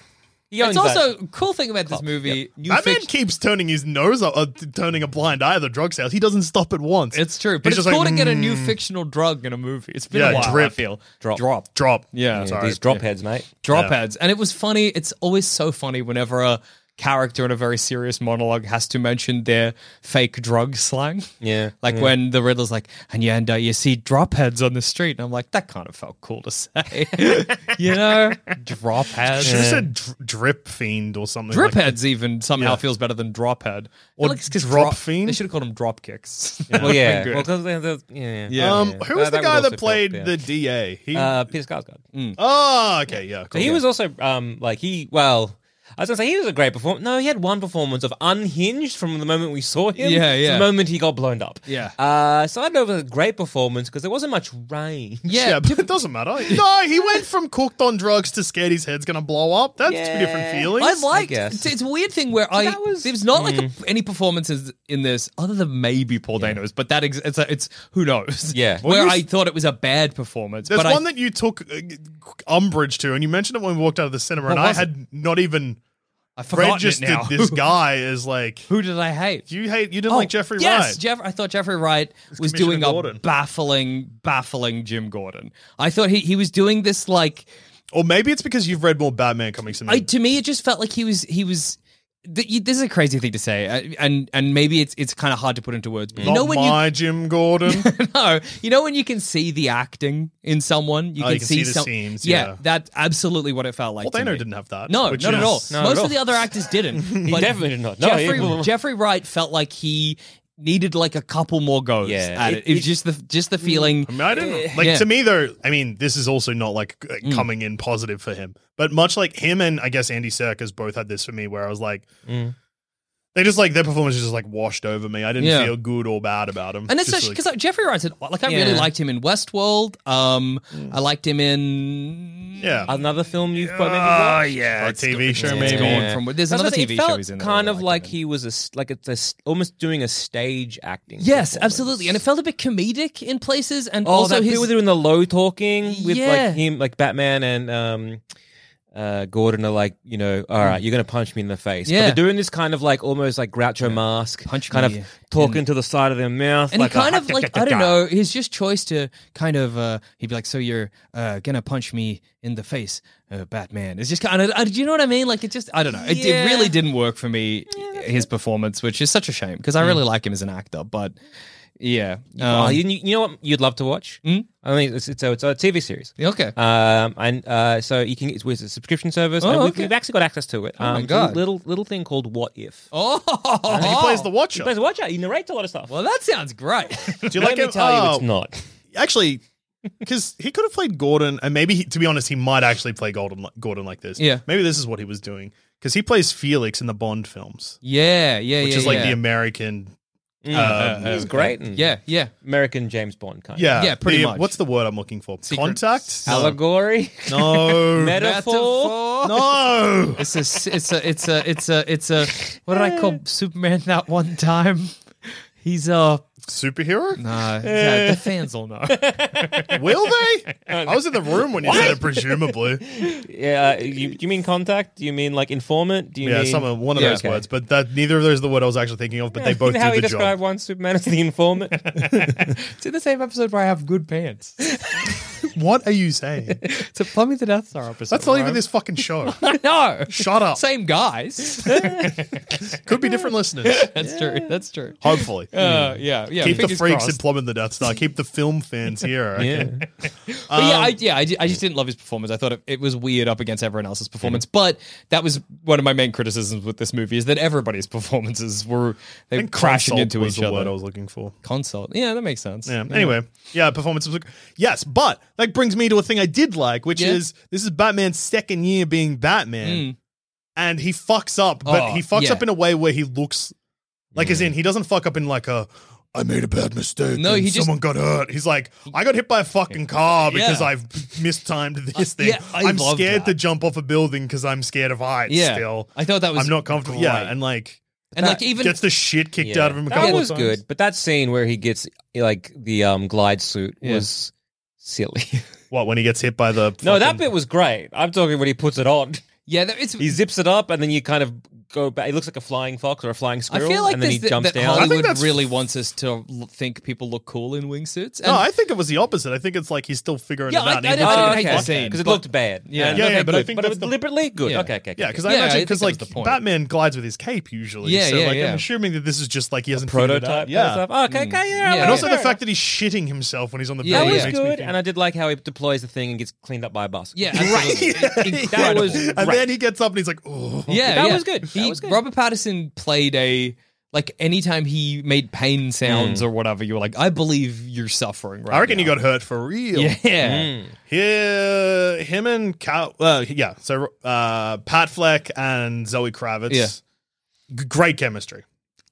He
It's
owns
also
that.
cool thing about this
Club,
movie. New
that man
fiction-
keeps turning his nose up, uh, t- turning a blind eye at the drug sales. He doesn't stop at once.
It's true, but
He's
it's
just
cool
like,
to get a new
"Mm."
fictional drug in a movie. It's been
Yeah,
a while.
drip.
I feel
Drop.
drop,
drop.
Yeah.
Yeah, these drop heads, mate.
drop
Yeah.
ads. And it was funny. It's always so funny whenever a character in a very serious monologue has to mention their fake drug slang.
Yeah,
Like when the Riddler's like, and you, and uh, you see drop heads on the street. And I'm like, that kind of felt cool to say. you know? Drop heads.
Should have said dr- drip fiend or something.
Drip
like,
heads even somehow
Yeah.
feels better than drop head. Or
drop fiend?
They should have called them drop kicks.
Well, yeah.
Good.
Well, because yeah, yeah.
Yeah.
Um, who was
That-
the
that
guy
would
that
also
played
help, yeah.
the DA? He.
Um,
Uh, Peter Skarsgård.
oh, okay, yeah.
So
Cool.
he was also um like he well. I was gonna say he was a great performer. No, he had one performance of unhinged from the moment we saw him.
Yeah, yeah.
To the moment he got blown up.
Yeah.
Uh, so I don't know if it was a great performance because there wasn't much range.
yeah.
yeah, but it doesn't matter. No, he went from cooked on drugs to scared his head's gonna blow up. That's two different
Yeah.
feelings.
I liked.
guess.
it's, it's a weird thing where I
that was- Mm.
there's not like a, any performances in this other than maybe Paul Dano's, but that ex- it's a, it's who knows.
Yeah. Well,
where
you-
I thought it was a bad performance,
There's
but I,
one that you took uh, umbrage to, and you mentioned it when we walked out of the cinema,
What
and I
was it?
had not even.
I I forgot it
registered
now.
this guy as like
Who did I hate?
you hate you didn't like Jeffrey
Oh, yes,
Wright.
Jeff. I thought Jeffrey Wright was
Commissioner
doing a
Gordon.
baffling, baffling Jim Gordon. I thought he he was doing this like
or maybe it's because you've read more Batman comics than me.
I, to me, it just felt like he was he was. Th- you- this is a crazy thing to say, uh, and and maybe it's it's kind of hard to put into words. But you
Not
know when
my Jim Gordon.
you no, you know when you can see the acting in someone, you can,
Oh, you can see the
some-
seams, yeah.
that's absolutely what it felt like.
well,
to
Dano
me.
didn't have that.
No,
which
not at
is-
all.
No,
Most
at all.
of the other actors didn't.
He definitely did not. No,
Jeffrey,
he-
Jeffrey Wright felt like he needed like a couple more goes
Yeah,
at it.
it-
It, was
it- Mm.
just the just the feeling.
I mean, I didn't like
Yeah. Mm.
to me though. I mean, this is also not like uh, coming in positive for him, but much like him and I guess Andy Serkis both had this for me, where I was like,
Mm.
they just like their performance is just like washed over me. I didn't
Yeah.
feel good or bad about him.
And it's
Just
actually
like-
because Jeffrey Wright's an- like I really
Yeah. Mm.
liked him in Westworld. Um, I liked him in
yeah,
Another film you've put
oh
maybe
yeah, a TV show
Ah, it's
maybe.
gone from- there's
That's
another
what I said,
TV
it
show
felt
he's in that I
Kind
like
of
him
like
in.
he was a s- like it's a s- almost doing a stage acting.
Yes,
performance.
absolutely, and it felt a bit comedic in places, and
Oh,
also
that
his
bit where they're in the low talking with
Yeah.
like him, like Batman and um, uh, Gordon are like, you know, all right, you're gonna punch me in the face.
Mm. Yeah.
but they're doing this kind of like almost like Groucho mask,
Punch
kind
me
of talking to the side of their mouth,
and
like
he kind
a-
of like I don't know his just choice to kind of uh, he'd be like, so you're uh, gonna punch me in the face, uh, Batman. It's just kind of uh, do you know what I mean? Like it just I don't know. It, it
Yeah.
really didn't work for me uh, his performance, which is such a shame
Mm.
because I really like him as an actor, but yeah,
Oh,
Um, Hmm?
you, you know what you'd love to watch? I mean, it's, it's, a, it's a TV series.
okay.
Um, and uh, so you can it's with a subscription service.
Oh,
and we've,
okay.
we've actually got access to it. Um,
my
it's a
God.
little little thing called What If.
oh,
He plays the Watcher.
You guys watch it. He narrates a lot of stuff.
well, that sounds great.
Do you
Let
like
me
him?
tell you, it's
Oh,
not.
actually because he could have played Gordon, and maybe he, to be honest, he might actually play Gordon Gordon like this.
Yeah.
maybe this is what he was doing because he plays Felix in the Bond films,
yeah, yeah,
which
yeah,
is like
yeah.
the American.
Mm.
uh,
He's great. and
yeah, yeah.
American James Bond kind.
Yeah,
Yeah, pretty
the-
much.
What's the word I'm looking for?
Secret-
Contact?
of. Allegory.
No, no,
Metaphor.
no.
It's a, it's a, it's a, it's a, it's a. What did I call Superman that one time? He's uh,
Superhero?
nah, yeah, the fans will know.
Will they? I was in the room when you said it. Presumably,
Yeah. uh, You, do you mean contact? Do you mean like informant? Do you
yeah,
mean
some of- one of
Yeah,
those
okay.
words, but that neither of those are the word I was actually thinking of. But they both
You know how
do
he
the
described
job.
one Superman as the informant?
It's in the same episode where I have good pants.
What are you saying?
It's a Plumbing the Death Star episode.
That's not even this fucking show.
No,
Shut up.
same guys.
Could be different listeners.
That's true. That's true.
Hopefully.
Uh, yeah, yeah.
Keep the
fingers
freaks
crossed.
and plumbing the Death Star. Keep the film fans here. I reckon.
yeah.
But yeah, I,
Um,
yeah, I, ju- I just didn't love his performance. I thought it, it was weird up against everyone else's
Hmm.
performance. But that was one of my main criticisms with this movie is that everybody's performances were they were
And
crashing
consult
into
was
each
the
other.
word I was looking for.
Consult. Yeah, that makes sense.
Yeah. Anyway, yeah, performance was yes, but that brings me to a thing I did like, which
Yeah. Mm.
is this is Batman's second year being Batman, and he fucks up, but
Oh,
he fucks
yeah.
up in a way where he looks like as in he doesn't fuck up in like a I made a bad mistake.
No,
and
he just-
someone got hurt. He's like, I got hit by a fucking car because
Yeah. Uh,
I've mistimed this thing.
yeah, I
am
love
scared
that.
to jump off a building because I'm scared of heights.
Yeah.
still,
I thought that was
I'm not comfortable.
great.
Yeah, and like
And like even
gets the shit kicked out of him. A couple
That
of
was
times.
good, but that scene where he gets like the um, glide suit was silly.
What when he gets hit by the
no, that
fucking-
bit was great. I'm talking when he puts it on.
yeah, that- it's.
He zips it up, and then you kind of go back. It looks like a flying fox or a flying
I
squirrel,
feel like
and then
this,
he
that,
jumps
that
down.
Hollywood
that's-
really wants us to l- think people look cool in wingsuits. And
No, I think it was the opposite. I think it's like he's still figuring
Yeah,
it out.
I-
and
I
he
Oh,
didn't-
doesn't-
I didn't hate the scene,
because it
but-
looked bad.
Yeah.
And-
Yeah,
okay,
yeah, but I
good.
think
it was
that's the-
deliberately good.
Yeah.
Okay, okay, okay.
yeah, because I
Yeah, I
imagine
think
because
that was
like
the point.
Batman glides with his cape usually.
Yeah,
so
yeah,
like
yeah.
I'm assuming that this is just like he hasn't figured it out.
prototype.
Yeah, Mm.
Yeah. Stuff. Okay, okay, yeah.
Yeah.
all
and
right,
also the
fair
fact that he's shitting himself when he's on the
Yeah,
enough.
building
that was
yeah.
makes me
good,
think-
and I did like how he deploys the thing and gets cleaned up by a bus.
yeah, absolutely.
that
Incredible.
was
and
great.
then he gets up and he's like, oh,
Yeah,
That
yeah.
was good. That
He-
was good.
Robert Patterson played a like anytime he made pain sounds or whatever, you were like, I believe you're suffering. Right
Hmm. I reckon
now.
he got Hmm. hurt for real.
Yeah,
Here, him and Cal, uh, yeah. So uh, Pat Fleck and Zoe Kravitz,
Yeah.
G- great chemistry.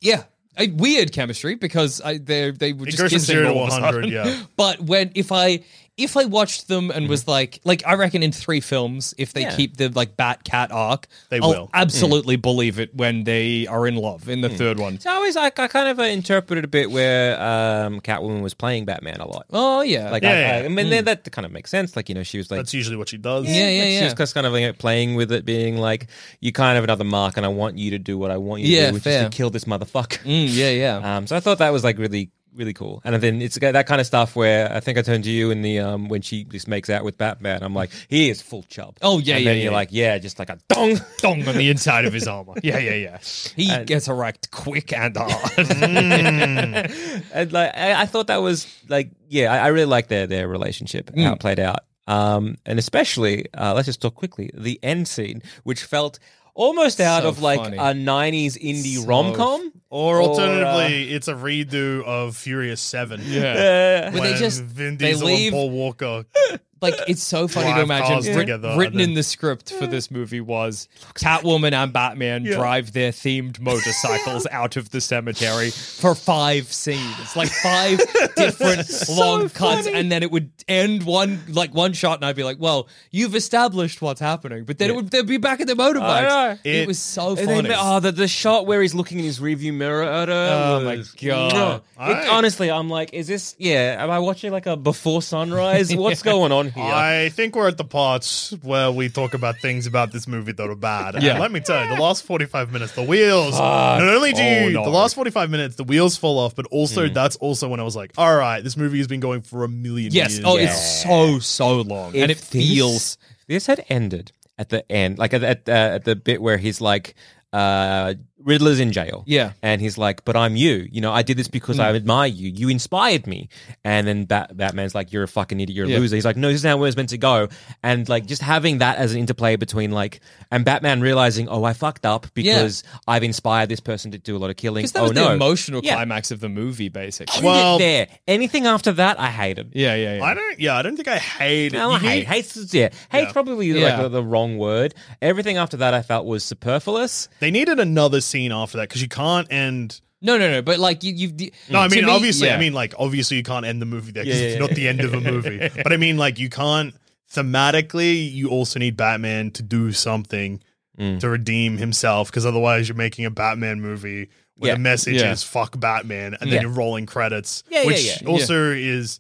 yeah. A weird chemistry because I they they were
It
just
goes from
kissing
zero to
all of a
100,
sudden.
yeah.
But when if I if I watched them and
Mm-hmm.
was like, like I reckon in three films, if they
Yeah.
keep the like Bat Cat arc,
They
I'll
will. Mm.
absolutely believe it when they are in love in the third one.
So I always, I, I kind of uh, interpreted a bit where um, Catwoman was playing Batman a lot.
Oh yeah,
Like,
like
I- I,
Yeah, yeah. Mm.
I mean, that that kind of makes sense. Like, you know, she was like,
That's usually what she does.
Yeah, yeah,
like,
yeah.
She was just kind of like playing with it, being like, "You kind of another mark, and I want you to do what I want you
Yeah,
to do, which
fair.
is to kill this motherfucker."
Mm, yeah, yeah.
Uh,
Um, so I thought that was like really, really cool. And then it's got that kind of stuff where I think I turned to you in the um when she just makes out with Batman. I'm like, he is full chub.
Oh, yeah,
and
yeah,
Then you're
yeah.
like, yeah, just like a dong.
dong on the inside of his armor. Yeah, yeah, yeah. He
uh,
gets erect quick and hard.
and like I, I thought that was like yeah, I, I really like their their relationship how
Mm.
it played out. Um, and especially uh, let's just talk quickly the end scene, which felt almost out
So
of like
funny.
a '90s indie
So
rom com,
uh,
Or alternatively, it's a redo of Furious Seven.
yeah. But
When
they just
Vin
they
Diesel
leave
and Paul Walker.
like it's so funny to
Drive
imagine
cars
writ-
together
written
and then-
in the script for this movie was Catwoman and Batman drive their themed motorcycles out of the cemetery for five scenes, like five different long cuts, and then it would end one like one shot, and I'd be like, "Well, you've established what's happening," but then it would they'd be back at their
I know.
motorbikes. It,
It-
was so
And then,
funny.
oh, the, the shot where he's looking in his rearview mirror at her.
Oh, my
was-
God.
Mwah. It-
Alright.
Honestly, I'm like, is this, yeah, am I watching like a Before Sunrise? What's going on here?
I think we're at the parts where we talk about things about this movie that are bad. And
Yeah.
let me tell you, the last 45 minutes, the wheels. Not only do
Oh,
you,
no. Hmm.
the last 45 minutes, the wheels fall off, but also that's also when I was like, all right, this movie has been going for a million
yes,
years.
oh, it's so so long, and it
If this-
feels
This had ended at the end, like at, at, uh, at the bit where he's like, uh, Riddler's in jail.
Yeah. Mm.
And he's like, but I'm you. You know, I did this because I admire you. You inspired me. And then Bat- Batman's like, you're a fucking idiot. You're a
Yeah.
loser. He's like, no, this is how it's meant to go. And like, just having that as an interplay between like, and Batman realizing, oh, I fucked up because I've inspired this person to do a lot of killing.
because that
oh,
was
no.
the emotional
Yeah.
climax of the movie, basically.
End it
Well-
there. Anything after that, I hated.
yeah, yeah, yeah.
I don't, yeah, I don't think I hate it.
No,
You
Oh, I hate.
need-
Hate's, yeah. Hate's probably like
Yeah.
the, the wrong word. Everything after that I felt was superfluous.
They needed another scene after that because you can't end.
No, no, no. But like you, you've
No, I
Mm.
to
mean,
me,
obviously,
yeah.
I mean, like, obviously, you can't end the movie there because
Yeah,
it's
yeah,
not the end of a movie. but I mean, like, you can't thematically. You also need Batman to do something
Mm.
to redeem himself because otherwise, you're making a Batman movie where
Yeah.
the message
Yeah.
is "fuck Batman" and then
Yeah.
you're rolling credits,
Yeah, yeah,
which
yeah.
also is.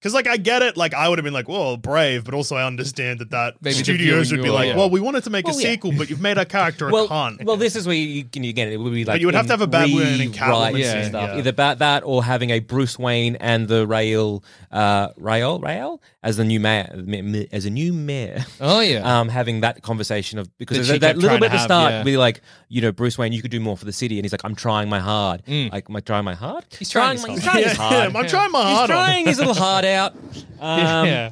Because like I get it, like I would have been like, "Well, brave," but also I understand that that
Maybe the
studios
viewing
would be
will-
like,
yeah.
"Well, we wanted to make
Well,
a
yeah.
sequel, but you've made our character a
Well,
cunt."
well, this is where you can you get it. It would be like
you would have to have a Batwoman and Catwoman
rewrites and
scene,
stuff.
yeah.
Either about that or having a Bruce Wayne and the Rail, uh, Rail, Rail as the new mayor, as a new mayor.
oh yeah,
um, having that conversation of because
That
there's
she
that, that
kept
little
trying
bit at
to
the
have,
start,
yeah.
really like you know Bruce Wayne, you could do more for the city, and he's like, I'm trying my hard, like my trying my hard.
Mm. He's trying
my,
his
he's trying
hard.
his
Yeah,
hard.
I'm trying my
He's
hard on.
trying his little heart out. Um,
yeah.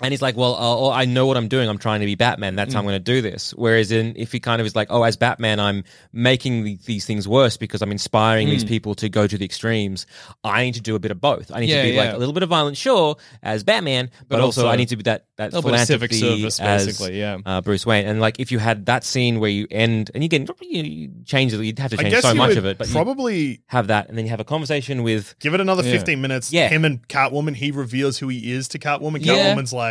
And he's like, well, uh, I know what I'm doing. I'm trying to be Batman. That's
Mm.
how I'm going to do this. Whereas in if he kind of is like, oh, as Batman, I'm making the, these things worse because I'm inspiring these
Mm.
people to go to the extremes. I need to do a bit of both. I need
Yeah,
to be like
yeah.
a little bit of violence, sure, as Batman, but, also,
also
I need to be that that
little bit of civic
philanthropy
service,
as,
basically, yeah.
uh, Bruce Wayne. And like if you had that scene where you end and you can you, you change it, you'd have to
I
change
guess
so
you
much
would
of it, but you
probably
have that, and then you have a conversation with
give it another
Yeah.
15 minutes.
Yeah.
Him and Catwoman, he reveals who he is to Catwoman.
Yeah.
Catwoman's like,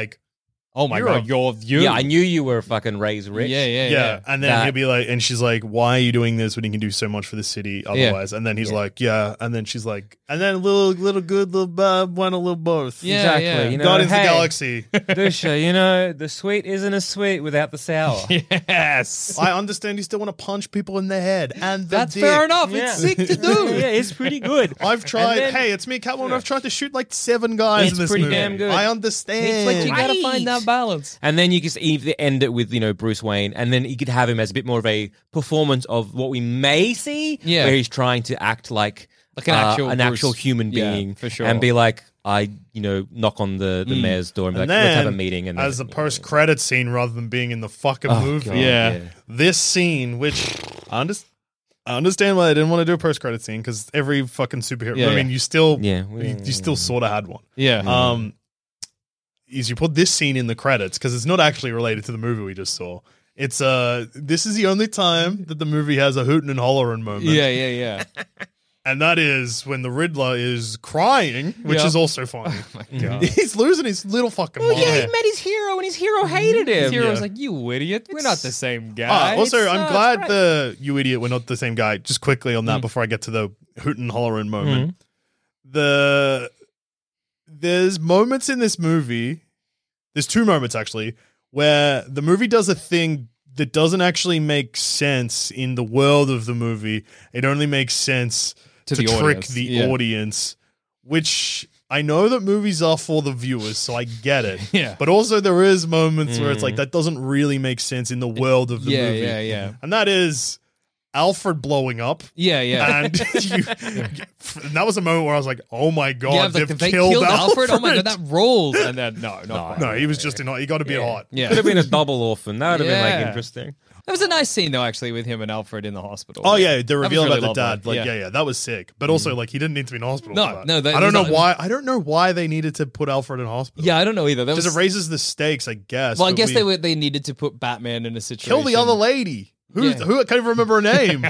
Oh my
You're
god,
a-
you're you.
yeah, I knew you were fucking raised rich.
Yeah, yeah,
yeah.
yeah.
And then
That-
he'll be like, and she's like, why are you doing this when you can do so much for the city otherwise? And then he's like, yeah. And then she's like, and then a little, little good, little bad, one, a little both.
Yeah,
exactly.
yeah.
You know,
Guardians of
hey,
the Galaxy.
Dusha, you know, the sweet isn't as sweet without the sour.
Yes,
I understand you still want to punch people in the head. And the
that's
dick.
fair enough.
Yeah.
Oh, It's sick to do.
yeah, it's pretty good.
I've tried.
then-
hey, it's me, Catwoman. I've tried to shoot like seven guys
It's
in this
pretty
movie.
damn good.
I understand.
It's like you gotta
Right.
find that balance.
And then you just either end it with, you know, Bruce Wayne, and then you could have him as a bit more of a performance of what we may see,
Yeah.
where he's trying to act like, uh,
Like Uh, an actual
an
Bruce.
actual human
Yeah,
being,
for sure. Mm.
and be like, I, you know, knock on the, the mayor's door and be
And
like,
then,
let's have a meeting. And then-
as the post credit scene rather than being in the fucking movie.
God,
Oh, Yeah.
This scene, which I, under- I understand why they didn't want to do a post credit scene because every fucking superhero.
Yeah,
I mean,
yeah.
you still,
Yeah.
you, you
Oh,
still sort of had one.
Yeah, Uh,
Um, is you put this scene in the credits because it's not actually related to the movie we just saw. It's uh, this is the only time that the movie has a hootin' and hollerin' moment.
yeah, yeah, yeah.
and that is when the Riddler is crying, which
Yeah.
is also funny. He's losing his little fucking mind.
met his hero and his hero
Mm-hmm.
hated him.
His hero was like, "You idiot! We're not the same
Ah,
guy."
also,
It's,
I'm
uh,
glad
it's
the you idiot we're not the same guy. Just quickly on
Mm.
that before I get to the hoot and hollering moment.
Mm-hmm.
The there's moments in this movie. There's two moments actually where the movie does a thing that doesn't actually make sense in the world of the movie. It only makes sense to,
To the
trick
audience,
the
yeah.
audience, which I know that movies are for the viewers, so I get it.
Yeah. Mm.
But also, there is moments where it's like that doesn't really make sense in the world of the
Yeah,
movie.
yeah, yeah.
And that is Alfred blowing up.
Yeah, yeah.
And, you, and that was a moment where I was like, "Oh my god,
yeah, I was like,
they've
"If they
killed, Alfred!"
Oh my god, that rolls. And then no, not quite.
no, he was just in. He got to be hot.
Yeah,
Could have been a double orphan. That would have been like
Yeah.
interesting.
That was a nice scene though, actually, with him and Alfred in the hospital.
Oh yeah, the
That was
reveal
really
about the
lovely.
dad. Like yeah. yeah, that was sick. But also like he didn't need to be in hospital.
Mm. No,
for that.
no, that-
I don't know
there's not-
why. I don't know why they needed to put Alfred in hospital.
yeah. I don't know either. That
because
was
it raises the stakes, I guess.
well, I
but
guess
we-
they were they needed to put Batman in a situation.
kill the other lady. Who?
Yeah.
Who? I can't even remember her name.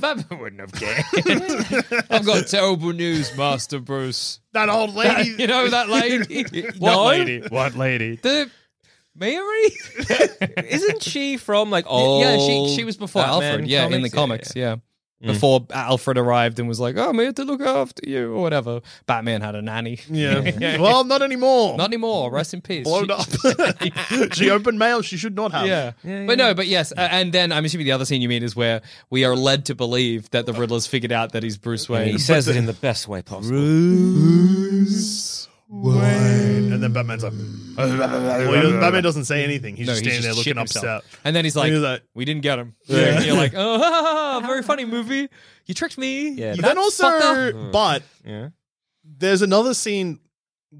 Batman wouldn't have cared. I've got terrible news, Master Bruce.
that old lady.
You know that lady? what lady?
What lady?
The Mary?
Isn't she from like old?
yeah, she she was before
Batman
Alfred. Yeah, in the comics. Yeah. Mm. Before Alfred arrived and was like, "Oh, I'm here to look after you," or whatever. Batman had a nanny.
Yeah. well, not anymore.
Not anymore. Rest in peace.
blown
She-
up. she opened mail she should not have.
Yeah. Um, But no, but yes. Uh, and then I'm assuming the other scene you mean is where we are led to believe that the Riddler's figured out that he's Bruce
And
Wayne.
he says it in the best way possible.
And then Batman's like, well, he doesn't- Batman doesn't say anything. He's
No,
just
he's
standing there
just
looking
shitting
upset.
himself. And then he's like,
And he's like-
we didn't get him. And you're like, oh, ha, ha, ha, very funny movie. You tricked me.
Yeah,
But then also,
fucker.
but
Yeah.
there's another scene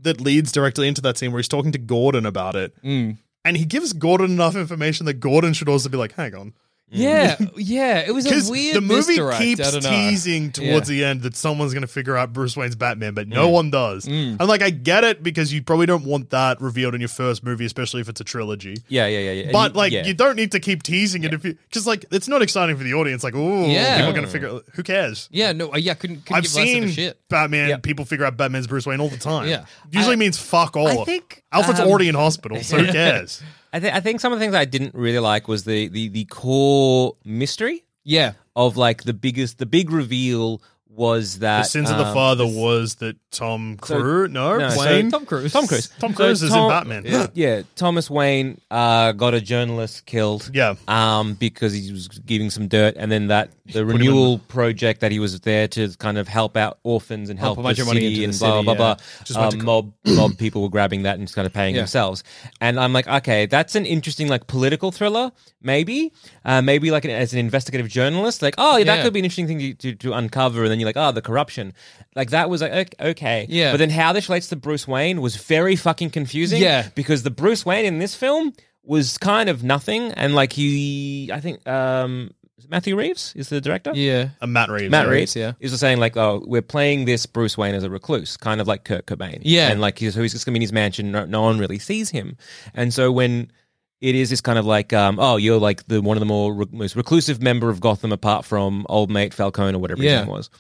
that leads directly into that scene where he's talking to Gordon about it.
Mm.
And he gives Gordon enough information that Gordon should also be like, hang on.
Yeah. Yeah. It was
Because
a weird
the movie
misdirect. I
keeps
don't know.
teasing towards
Yeah.
the end that someone's going to figure out Bruce Wayne's Batman, but no one does.
Mm.
And like, I get it because you probably don't want that revealed in your first movie, especially if it's a trilogy.
Yeah, yeah, yeah, yeah. And
But like,
yeah.
you don't need to keep teasing it if you because like it's not exciting for the audience. Like, oh,
Yeah.
people are going to figure. Who cares?
Yeah. No, uh, yeah. Couldn't, couldn't
I've
give less of
seen
a shit.
Batman.
Yeah.
People figure out Batman's Bruce Wayne all the time.
Yeah.
usually
I-
means fuck all.
I think,
Alfred's
um,
already in hospital, so who cares?
I, th- I think some of the things I didn't really like was the the the core mystery
Yeah.
of like the biggest the big reveal was that
The sins of the
um,
father was that Tom Cruise. no,
no, so-
Wayne.
Tom Cruise.
Tom Cruise.
Tom
So
Cruise is in
Tom-
Batman.
Yeah, Thomas Wayne uh, got a journalist killed.
Yeah.
um, because he was giving some dirt, and then that the renewal project that he was there to kind of help out orphans and help
Help a bunch
the
of money
city
into the
and blah
city,
blah blah.
yeah.
blah. Um, mob mob people were grabbing that and just kind of paying
Yeah.
themselves. And I'm like, okay, that's an interesting like political thriller, maybe, uh, maybe like an, as an investigative journalist, like, oh, yeah, that
Yeah.
could be an interesting thing to, to, to uncover. And then you're like, oh, the corruption, like that was like ok- okay,
Yeah.
But then how this relates to Bruce Wayne was very fucking confusing
Yeah.
because the Bruce Wayne in this film was kind of nothing, and like he, I think um, Matthew Reeves is the director.
Yeah.
Uh, Matt Reeves.
Matt
sorry.
Reeves,
yeah.
is just saying like, oh, we're playing this Bruce Wayne as a recluse, kind of like Kurt Cobain,
Yeah.
and like he's, so he's just gonna be in his mansion, no, no one really sees him, and so when it is this kind of like, um, oh, you're like the one of the more re- most reclusive member of Gotham, apart from old mate Falcone or whatever his
Yeah.
name was.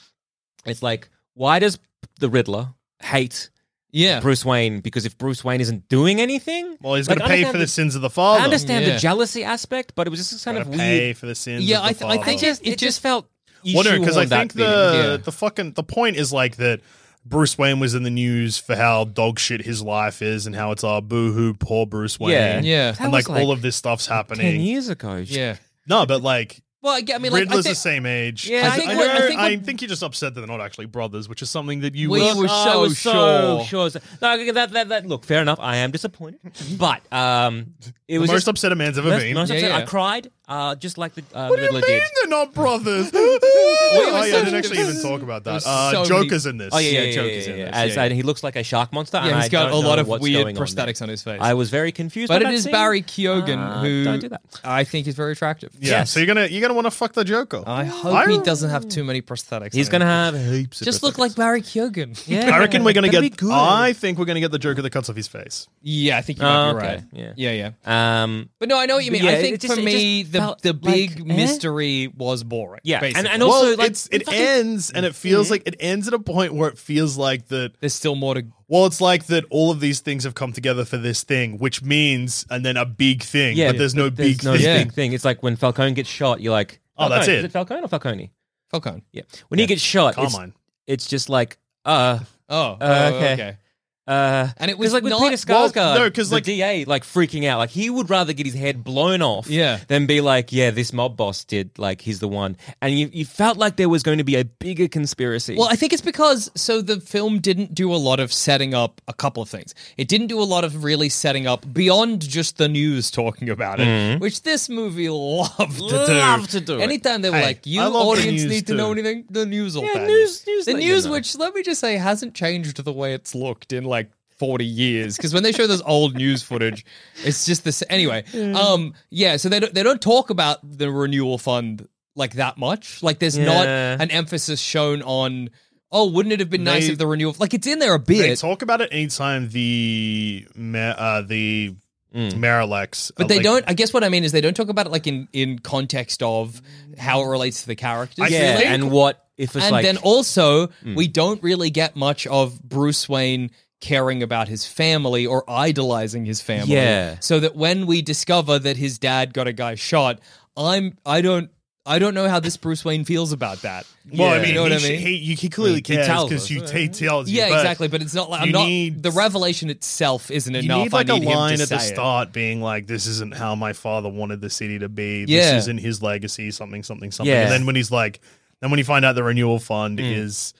It's like, why does the Riddler hate
Yeah.
Bruce Wayne? Because if Bruce Wayne isn't doing anything,
Well, he's
Like,
going to pay
understand
for the
the-
sins of the
I
father.
understand
Yeah.
the jealousy aspect, but it was just this kind
Gotta
of
pay
weird.
for the sins.
Yeah,
of the
I th- I
father.
think
It just, it just felt.
Well, no, because I
shoehorned that
think the
feeling.
Yeah.
the fucking the point is like that. Bruce Wayne was in the news for how dog shit his life is and how it's our boo hoo poor Bruce Wayne.
Yeah.
Yeah.
That
and
was
like, all of this stuff's
ten
happening.
years ago.
Yeah.
No, but like
Well, I get- I mean, like, I
Riddler's
think-
the same age.
Yeah,
I,
I think
think I,
what-
I
know-
think
I
what-
think you're just upset that they're not actually brothers, which is something that you
We
were.
were
I was so
so
sure. No, okay, that, that, that, look, fair enough. I am disappointed, but um, it
the
was
most
just,
upset a man's ever
most-
been.
most
Yeah,
upset. I
yeah.
cried, uh, just like the uh,
what do you
Riddler
mean
did.
they're not brothers? oh,
was
yeah, I
so-
didn't actually even talk about that.
was
Uh,
so
Joker's
many-
in this.
Oh yeah, yeah,
Yeah,
yeah, yeah,
Joker's
yeah,
in
yeah.
this.
As
Yeah,
I- he looks like a shark monster. and
Yeah, he's
I
got
don't
a lot
know
of
what's
weird
going on there.
prosthetics on his face.
I was very confused,
but
by
it
that
is
scene.
Barry Keoghan
Ah,
who
don't do that.
I think is very attractive.
Yeah, so you're gonna you're gonna want to fuck the Joker.
I hope he doesn't have too many prosthetics.
He's
on
gonna
him.
have heaps. of
just look like Barry Keoghan.
Yeah.
I reckon we're gonna
That'd be
get.
good.
I think we're gonna get the Joker that cuts off his face.
yeah, I think you
Oh,
might be
okay.
right.
Yeah.
yeah, yeah.
Um,
But no, I know what you
But
mean.
yeah,
I
it
think
just-
for
it
me,
just
the the,
felt
the big
like, eh?
mystery was boring.
Yeah, and-
basically.
and also,
well,
like,
it's, it
fucking- Mm-hmm.
ends, and it feels like it ends at a point where it feels like that.
there's still more to.
Well, it's like that. All of these things have come together for this thing, which means, and then a big thing. but there's no big
no
thing.
Yeah.
big thing. It's like when Falcone gets shot, you're like,
Oh, that's
Falcone.
it.
Is it Falcone or Falcone?
Falcone.
Yeah. When he gets shot, it's,
Carmine.
it's just like, uh,
Oh,
Uh,
oh,
okay.
okay.
uh,
And it
'cause,
was
like with
not-
Peter
well,
Skarsgård,
no, 'cause,
the
like-
DA, like freaking out, like he would rather get his head blown off,
Yeah.
than be like, yeah, this mob boss did, like he's the one, and you, you felt like there was going to be a bigger conspiracy.
Well, I think it's because so the film didn't do a lot of setting up a couple of things. It didn't do a lot of really setting up beyond just the news talking about it, which this movie loved to do.
Loved to do it.
Anytime they were
Hey,
like, "You
I love the
audience
news
need to
too.
know anything," the news will
Yeah,
tell
news-
you.
news
the
let you
news,
know.
which let me just say, hasn't changed the way it's looked in like. 40 years because when they show this old news footage it's just this anyway um yeah so they don't, they don't talk about the renewal fund like that much like there's
Yeah.
not an emphasis shown on oh wouldn't it have been nice
They-
if the renewal like it's in there a
They
bit
talk about it anytime the ma- uh, the uh, Marilex,
but they don't i guess what i mean is they don't talk about it like in in context of how it relates to the characters
yeah,
really.
and what if it's
and
like Mm.
then also we don't really get much of bruce wayne caring about his family or idolizing his family
Yeah.
so that when we discover that his dad got a guy shot i'm i don't i don't know how this bruce wayne feels about that
Well, I
You
mean,
know what
he,
I
sh-
mean?
He, you- he clearly cares
tells
because
us.
you he tells you.
Yeah,
but
exactly. But it's not like I'm
you
not
need-
the revelation itself isn't
You
enough.
need like
I
a
need him
line
to
at the
say it.
start being like, "This isn't how my father wanted the city to be.
Yeah.
This isn't his legacy. Something, something, something."
Yeah.
And then when he's like, then when you find out the renewal fund
Mm.
is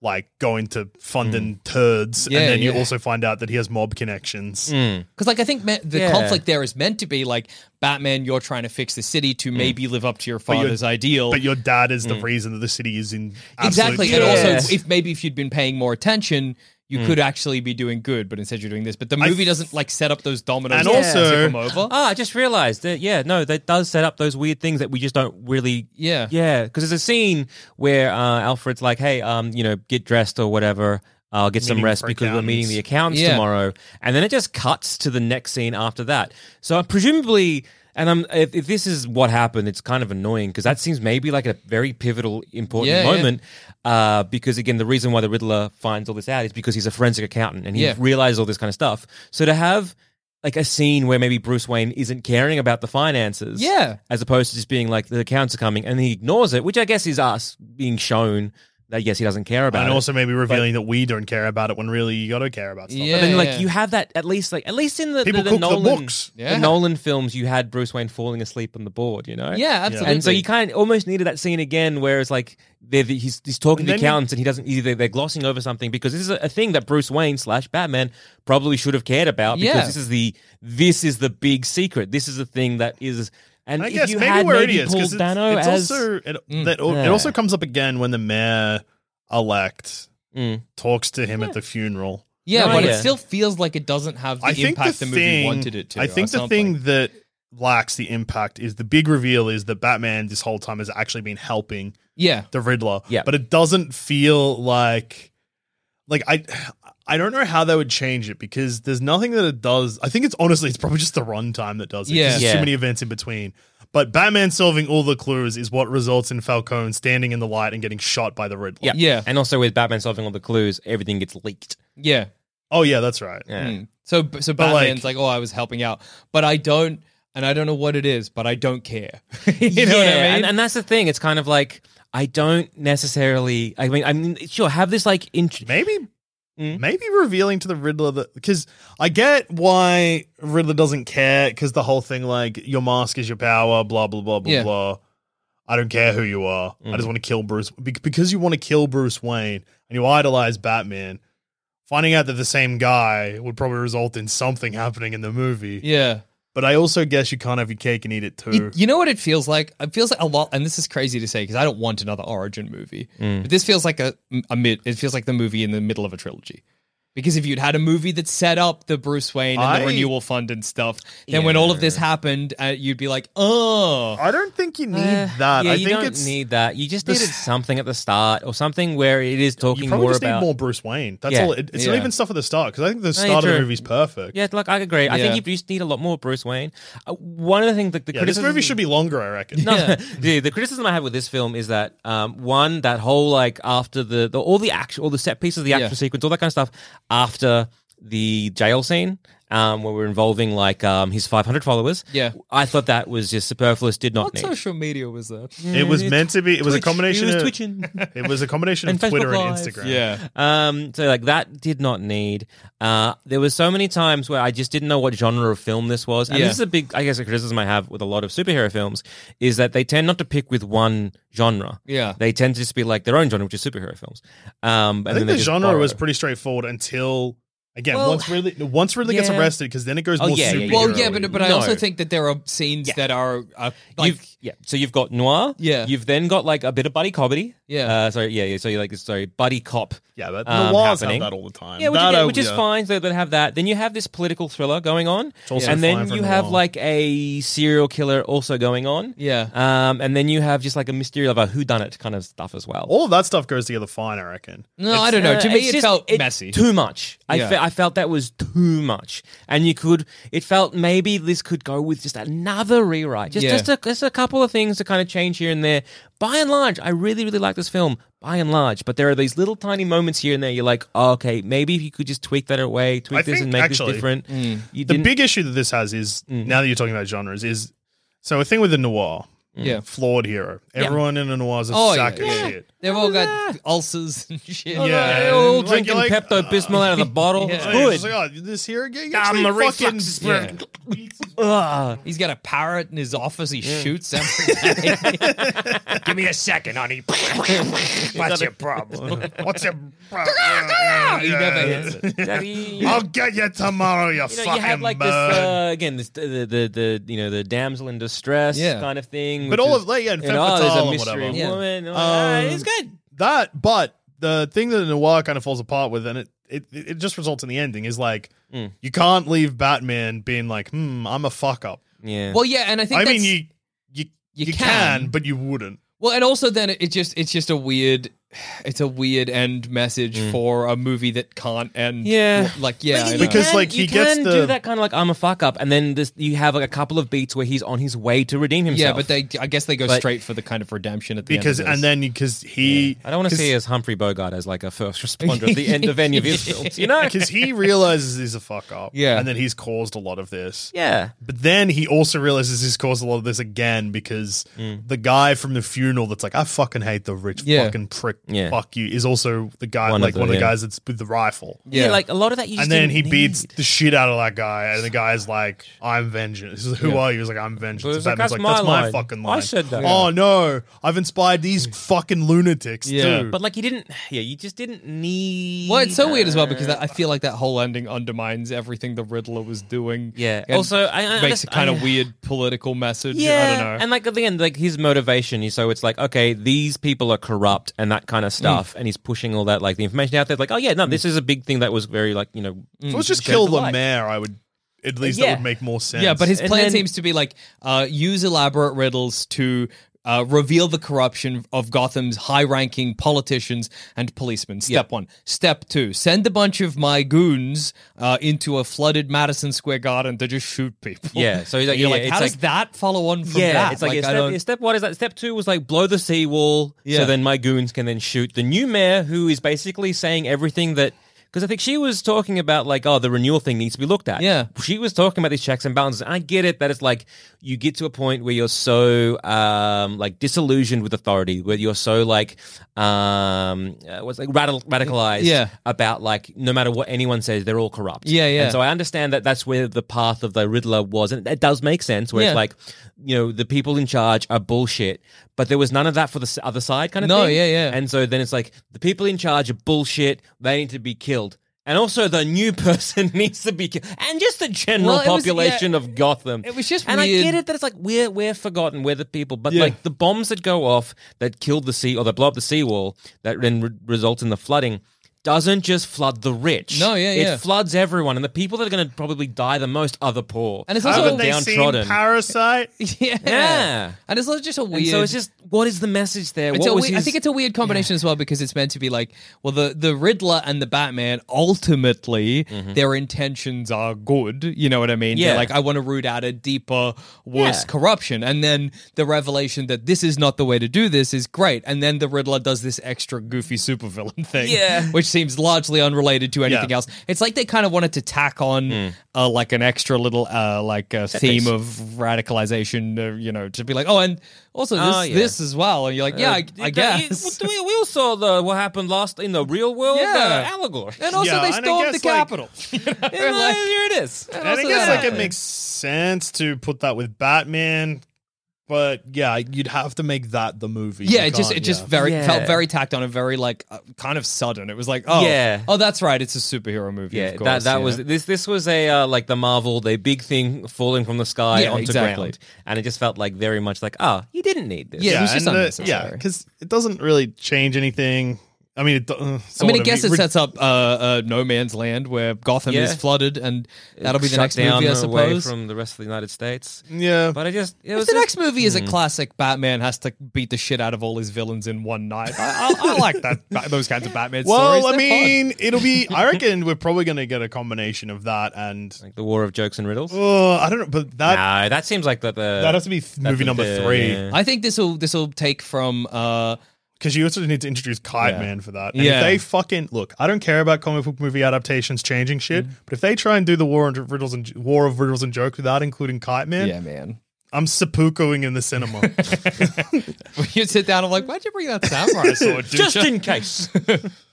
like going to funding turds,
Yeah,
and then you
yeah.
also find out that he has mob connections.
Because like I think me- the
Yeah.
conflict there is meant to be like Batman, you're trying to fix the city
Mm.
to maybe live up to your
you're-
father's ideal.
But your dad is the reason that the city is in absolute
Mm. exactly,
turds.
and
Yes.
also if maybe if you'd been paying more attention,
Hmm.
you could actually be doing good. But instead, you're doing this. But the movie doesn't like set up those dominoes
And
to
also-
tip 'em over.
Ah, I just realized that. Yeah, no, that does set up those weird things that we just don't really.
Yeah.
yeah. Because there's a scene where uh, Alfred's like, "Hey, um, you know, get dressed or whatever. I'll get some
Meeting
rest
for
because we're meeting
accountants."
the accountants
Yeah.
tomorrow." And then it just cuts to the next scene after that. So presumably, and I'm if, if this is what happened, it's kind of annoying because that seems maybe like a very pivotal, important
Yeah, yeah.
moment. Uh, because again, the reason why the Riddler finds all this out is because he's a forensic accountant and he
Yeah.
realizes all this kind of stuff. So to have like a scene where maybe Bruce Wayne isn't caring about the finances,
Yeah.
as opposed to just being like the accounts are coming and he ignores it, which I guess is us being shown that yes, he doesn't care about
and
it.
also maybe revealing that we don't care about it when really you got to care about stuff.
but then, like
Yeah.
you have that at least, like at least in the
People
the, the
cook the
Nolan
books.
the
Yeah.
Nolan films, you had Bruce Wayne falling asleep on the board, you know,
yeah, absolutely.
And so you kind of almost needed that scene again, where it's like they're the, he's he's talking to
And then you-
accountants and he doesn't either they're glossing over something because this is a, a thing that Bruce Wayne slash Batman probably should have cared about because
Yeah.
this is the this is the big secret. This is the thing that is and
I
if
guess
you
maybe
had
we're
maybe
idiots
pulled
because it's,
Dano
it's
as Mm.
also it, that,
yeah.
it also comes up again when the mayor elect
Mm.
talks to him at the funeral.
yeah,
No,
but it
yeah.
still feels like it doesn't have the
I think
impact
the,
the, movie
thing,
wanted it to.
I
or
think the
something.
thing that lacks the impact is the big reveal is that Batman this whole time has actually been helping
yeah,
the Riddler.
Yeah.
But it doesn't feel like like I I don't know how they would change it because there's nothing that it does. I think it's honestly it's probably just the runtime that does it. 'cause
Yeah.
There's
Yeah.
too many events in between. But Batman solving all the clues is what results in Falcone standing in the light and getting shot by the Riddler.
yeah
Yeah.
and also with Batman solving all the clues, everything gets leaked.
yeah.
Oh yeah, that's right.
Yeah.
Mm. So so
But, like-
Batman's like, oh, I was helping out, but I don't, and I don't know what it is, but I don't care. you know what I
Yeah,
mean?
And, and that's the thing. It's kind of like I don't necessarily. I mean, I mean, sure, have this like int-
Maybe
Mm.
maybe revealing to the Riddler that because I get why Riddler doesn't care because the whole thing like your mask is your power, blah blah blah blah
Yeah.
blah. I don't care who you are. I just want to kill Bruce Be- because you want to kill Bruce Wayne and you idolize Batman. Finding out that the same guy would probably result in something happening in the movie,
yeah.
but I also guess you can't have your cake and eat it too.
Mm.
It- you know what it feels like? It feels like a lot, and this is crazy to say because I don't want
Mm.
another origin movie. But this feels like a, a mid. It feels like the movie in the middle of a trilogy Because if you'd had a movie that set up the Bruce Wayne and
I-
the renewal fund and stuff, then when all of this happened, uh, you'd be like, oh,
I don't think you need
Uh,
that.
Yeah,
I
you
think
don't
it's
need that. You just needed something at the start or something where it is
you
talking
probably
more
just
about.
need more Bruce Wayne. That's
Yeah.
all. It, it's not
Yeah.
even stuff at the start because I think the
you're
start of the
true.
movie's perfect.
Yeah, like I agree. I
Yeah.
think you just need a lot more Bruce Wayne. Uh, one of the things that the
Yeah, this
criticism
movie should be longer, I reckon.
No, the, the criticism I have with this film is that um, one that whole like after the, the all the action, all the set pieces, the action
Yeah.
sequence, all that kind of stuff after the jail scene. Um, where we're involving like um, his 500 followers.
Yeah.
I thought that was just superfluous. Did not
what
need.
social media was that?
It was meant to be. It was a
Twitch.
combination.
He was
of,
twitching.
It was a combination of
And Facebook
Twitter and
Live.
Instagram.
Yeah.
Um, so like that did not need. Uh, there were so many times where I just didn't know what genre of film this was, and
Yeah.
this is a big, I guess, a criticism I have with a lot of superhero films is that they tend not to pick with one genre.
Yeah.
they tend to just be like their own genre, which is superhero films. Um, and
I
then
think
they
the
just
genre was
borrow.
pretty straightforward until again
Well,
once really once really gets
yeah.
arrested because then it goes
Oh,
more
yeah, yeah,
superhero.
yeah.
Well, yeah, but but I
No.
also think that there are scenes that are uh, like
You've- yeah, so you've got noir.
Yeah.
you've then got like a bit of buddy comedy.
Yeah.
uh, sorry, yeah, yeah. So you like sorry, buddy cop.
yeah, but
um,
noirs
happening.
have that all the time.
Yeah, which,
That
again,
I-
which is
yeah.
fine. So they have that. Then you have this political thriller going on,
also
and
fine
then
for
you
noir.
have like a serial killer also going on.
Yeah.
um, and then you have just like a mystery of a who done it kind of stuff as well.
All of that stuff goes together fine, I reckon.
no, I don't know. To
Uh,
me,
it's
it
just-
felt
it's
messy.
Too much. I,
Yeah.
fe- I felt that was too much, and you could. It felt maybe this could go with just another rewrite, just
Yeah.
just, a, just a couple of things to kind of change here and there. By and large, I really really like this film. By and large, but there are these little tiny moments here and there. You're like, oh, okay, maybe if you could just tweak that away, tweak
I
this,
think,
and make
actually,
this different.
mm.
You Mm.
The
didn't-
big issue that this has is now that you're talking about genres is so a thing with the noir,
yeah.
flawed hero. Everyone in a noir is a
Oh,
sack
yeah,
of
yeah.
shit.
They've all got ulcers and shit.
Yeah.
They're all
Like,
Oh, drinking
you're like,
Pepto Bismol out of the bottle.
Yeah.
It's
Oh, you're
good.
just like, oh, this hero guy,
Ah,
actually
my
fucking
reflex is
Yeah.
Ugh.
He's got a parrot in his office. He shoots every day.
Give me a second, honey. What's your problem? What's your problem?
he never hits it.
Daddy.
I'll get you tomorrow, you,
you know,
fucking
you had like this
bird.
uh, again, this the, the the you know the damsel in distress
Yeah.
kind of thing.
But
which
all
is,
of like yeah, and
you
femme
know, oh,
fatale
there's a
and
mystery
whatever.
Yeah.
woman. Yeah.
Um,
it's good.
That, but the thing that the noir kind of falls apart with, and it it, it just results in the ending is like you can't leave Batman being like, hmm, I'm a fuck up.
Yeah.
Well, yeah, and I think
I
that's,
mean, you you
you
you,
can.
can. but you wouldn't.
well, and also then it just it's just a weird, it's a weird end message for a movie that can't end.
Mm. Yeah.
like yeah, I know.
Because,
can,
like, he
you
gets
can
the-
do that kind of like I'm a fuck up, and then this you have like a couple of beats where he's on his way to redeem
yeah,
himself.
but they I guess they go
But-
straight for the kind of redemption at the
Because
end. of this.
and then because he
I don't want to
'cause-
see as Humphrey Bogart as like a first responder at the end of any of his films. You know?
because he realizes he's a fuck up,
Yeah.
and then he's caused a lot of this.
Yeah.
But then he also realizes he's caused a lot of this again because the guy from the funeral that's like, I fucking hate the rich
Yeah.
fucking prick,
Mm. Yeah.
fuck you, is also the guy,
One of
like
the-
one of the
yeah.
guys that's with the rifle.
yeah, Like a lot of that, you just
And then
didn't
he
need.
beats the shit out of that guy, and the guy's like, "I'm vengeance." He's like, Who
Yeah.
are you? He's like, "I'm vengeance."
But
And
it's like,
Batman's
that's
like, "That's
my
my
line.
fucking
I
line."
said that. Mm.
Oh no, I've inspired these fucking lunatics
Yeah.
too.
But like you didn't. Yeah, you just didn't need.
Well, it's so weird as well
that.
because that, I feel like that whole ending undermines everything the Riddler was doing.
Yeah.
and
Also, I- I-
makes a
I-
kind of weird political message.
Yeah,
I don't know.
and like at the end, like his motivation is so it's like okay, these people are corrupt and that kind of stuff, and he's pushing all that like the information out there. Like, oh yeah, no, this is a big thing that was very like you know,
if it was just kill the
Like-
mayor, I would at least
Yeah.
that would make more sense.
yeah, but his
and
plan
then-
seems to be like uh, use elaborate riddles to. Uh, reveal the corruption of Gotham's high-ranking politicians and policemen. Step one. Step two. Send a bunch of my goons uh, into a flooded Madison Square Garden to just shoot people.
Yeah, so he's like-
And you're
yeah,
like,
it's
how does
like-
that follow on from
yeah,
that?
it's like, yeah,
I
step,
don't-
yeah, step one is that step two was like blow the seawall,
Yeah.
so then my goons can then shoot the new mayor who is basically saying everything that. Because I think she was talking about like, oh, the renewal thing needs to be looked at.
Yeah.
she was talking about these checks and balances. I get it that it's like you get to a point where you're so um, like disillusioned with authority, where you're so like um, uh, what's like radical radicalized
Yeah.
about like no matter what anyone says, they're all corrupt.
Yeah, yeah.
And so I understand that that's where the path of the Riddler was, and it does make sense. Where
Yeah.
it's like you know the people in charge are bullshit, but there was none of that for the s- other side kind of
No,
thing.
yeah, yeah.
And so then it's like the people in charge are bullshit. They need to be killed. And also, the new person needs to be killed, and just the general
Well, it was-
population
yeah.
of Gotham.
It was just
and
weird.
I get it that it's like we're we're forgotten, we're the people, but
Yeah.
like the bombs that go off that kill the sea or that blow up the seawall that then re- result in the flooding. doesn't just flood the rich.
No, yeah,
it
yeah.
floods everyone, and the people that are going to probably die the most are the poor.
And it's
Are
also-
the downtrodden.
Parasite?
yeah.
Yeah.
And it's just a weird.
and so it's just what is the message there?
It's
what
a
was
we- I
his-
think it's a weird combination as well because it's meant to be like, well, the, the Riddler and the Batman ultimately their intentions are good. You know what I mean? They're
Mm-hmm. Yeah.
like, I want to root out a deeper, worse
Yeah.
corruption, and then the revelation that this is not the way to do this is great, and then the Riddler does this extra goofy supervillain thing,
Yeah.
which seems largely unrelated to anything
Yeah.
else. It's like they kind of wanted to tack on
Hmm.
uh, like an extra little uh, like uh, theme of radicalization, uh, you know, to be like, oh, and also this
Oh, yeah.
this as well, and you're
uh,
like, yeah, I, I guess.
we, we all saw the what happened last in the real world.
Yeah.
uh, allegory.
And also,
Yeah,
they
and I
stormed the
guess, like-
capital. You know,
And, uh,
like-
here it is.
and
And I
also
guess
that
like it
happened.
makes sense to put that with Batman, but yeah, you'd have to make that the movie.
Yeah,
You
it just
can't-
it just
yeah.
very
Yeah.
felt very tacked on and very like uh, kind of sudden. It was like, oh,
Yeah.
oh, that's right, it's a superhero movie.
Yeah,
of course,
that that
you
was
know?
this. This was a uh, like the Marvel, the big thing falling from the sky
Yeah,
onto
exactly.
ground, and it just felt like very much like ah, you didn't need this.
Yeah, it was just
and the-
unnecessary.
yeah, because it doesn't really change anything. I mean, it, do- uh,
I mean, I
sort of.
guess it
re-
sets up uh, uh, No Man's Land where Gotham
Yeah.
is flooded, and that'll be the
Shut
next movie, I
down away
suppose.
from the rest of the United States.
Yeah,
But I just it
If
was Hmm.
the
just-
next movie is a classic, Batman has to beat the shit out of all his villains in one night. I, I, I like that those kinds of Batman stories.
well, I
They're fun.
mean, it'll be. I reckon we're probably going to get a combination of that and.
like the War of Jokes and Riddles.
Oh, I don't know, but that
no, that seems like that the
that has to be th- movie number
the- yeah.
three
I think this will this will take from uh,
because you also need to introduce Kite
Yeah.
Man for that. And
Yeah.
if they fucking look, I don't care about comic book movie adaptations changing shit,
Mm-hmm.
but if they try and do the War of Riddles and War of Riddles and Jokes without including Kite Man,
yeah, man.
I'm seppukuing in the cinema.
When you sit down, I'm like, why'd you bring that samurai sword? dude?
just in case.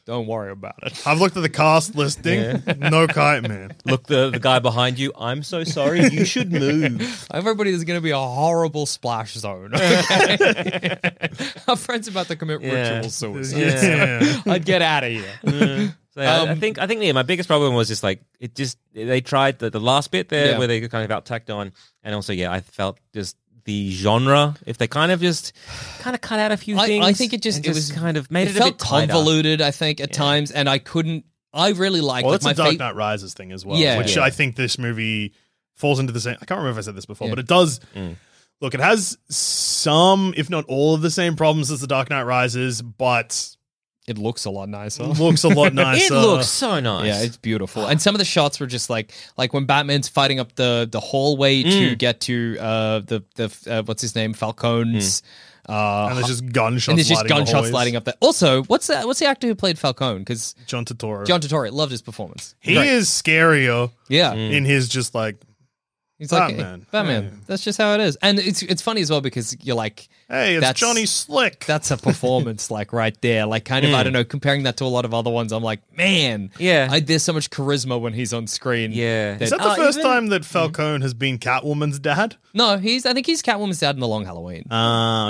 Don't worry about it.
I've looked at the cast listing. No Kite Man.
Look, the the guy behind you. I'm so sorry. You should move.
Everybody is going to be a horrible splash zone. okay? Our friends about to commit
Yeah.
ritual suicide.
Yeah.
I'd get out of here.
Mm. So yeah, I- I
Um,
think I think yeah, my biggest problem was just like it just they tried the, the last bit there
Yeah.
where they kind of out tacked on, and also yeah, I felt just the genre if they kind of just kind of cut out a few
I- I
things.
think it just-
and
it was-
kind of made
it
it, a
felt
bit tighter.
convoluted, I think, at times, and I couldn't. I really liked
Well,
like
that's
my
a Dark
favorite.
Knight Rises thing as well,
Yeah.
which
Yeah.
I think this movie falls into the same. I can't remember if I said this before,
Yeah. Mm.
but it does. Look, it has some, if not all, of the same problems as the Dark Knight Rises, but
It looks a lot nicer.
looks a lot
It
nicer.
looks so nice.
Yeah, it's beautiful. And some of the shots were just like like when Batman's fighting up the the hallway
Mm.
to get to uh the the uh, what's his name Falcone's uh
Mm. and
hu-
there's just gunshots.
and there's just
lighting the
gunshots
hallways.
lighting up there. Also, what's that what's the actor who played Falcone cuz
John Turturro.
John Turturro loved his performance.
he
Great.
is scarier
Yeah.
in his just like,
He's like Batman.
Batman.
Batman. That's just how it is. And it's it's funny as well because you're like
hey, it's
That's-
Johnny Slick.
that's a performance like right there like kind of i don't know comparing that to a lot of other ones i'm like man
Hmm. Yeah.
I, there's so much charisma when he's on screen
Yeah.
is that
Ah,
the
uh,
first
even-
time that Falcone has been Catwoman's dad?
no he's i think he's catwoman's dad in the long halloween
Uh,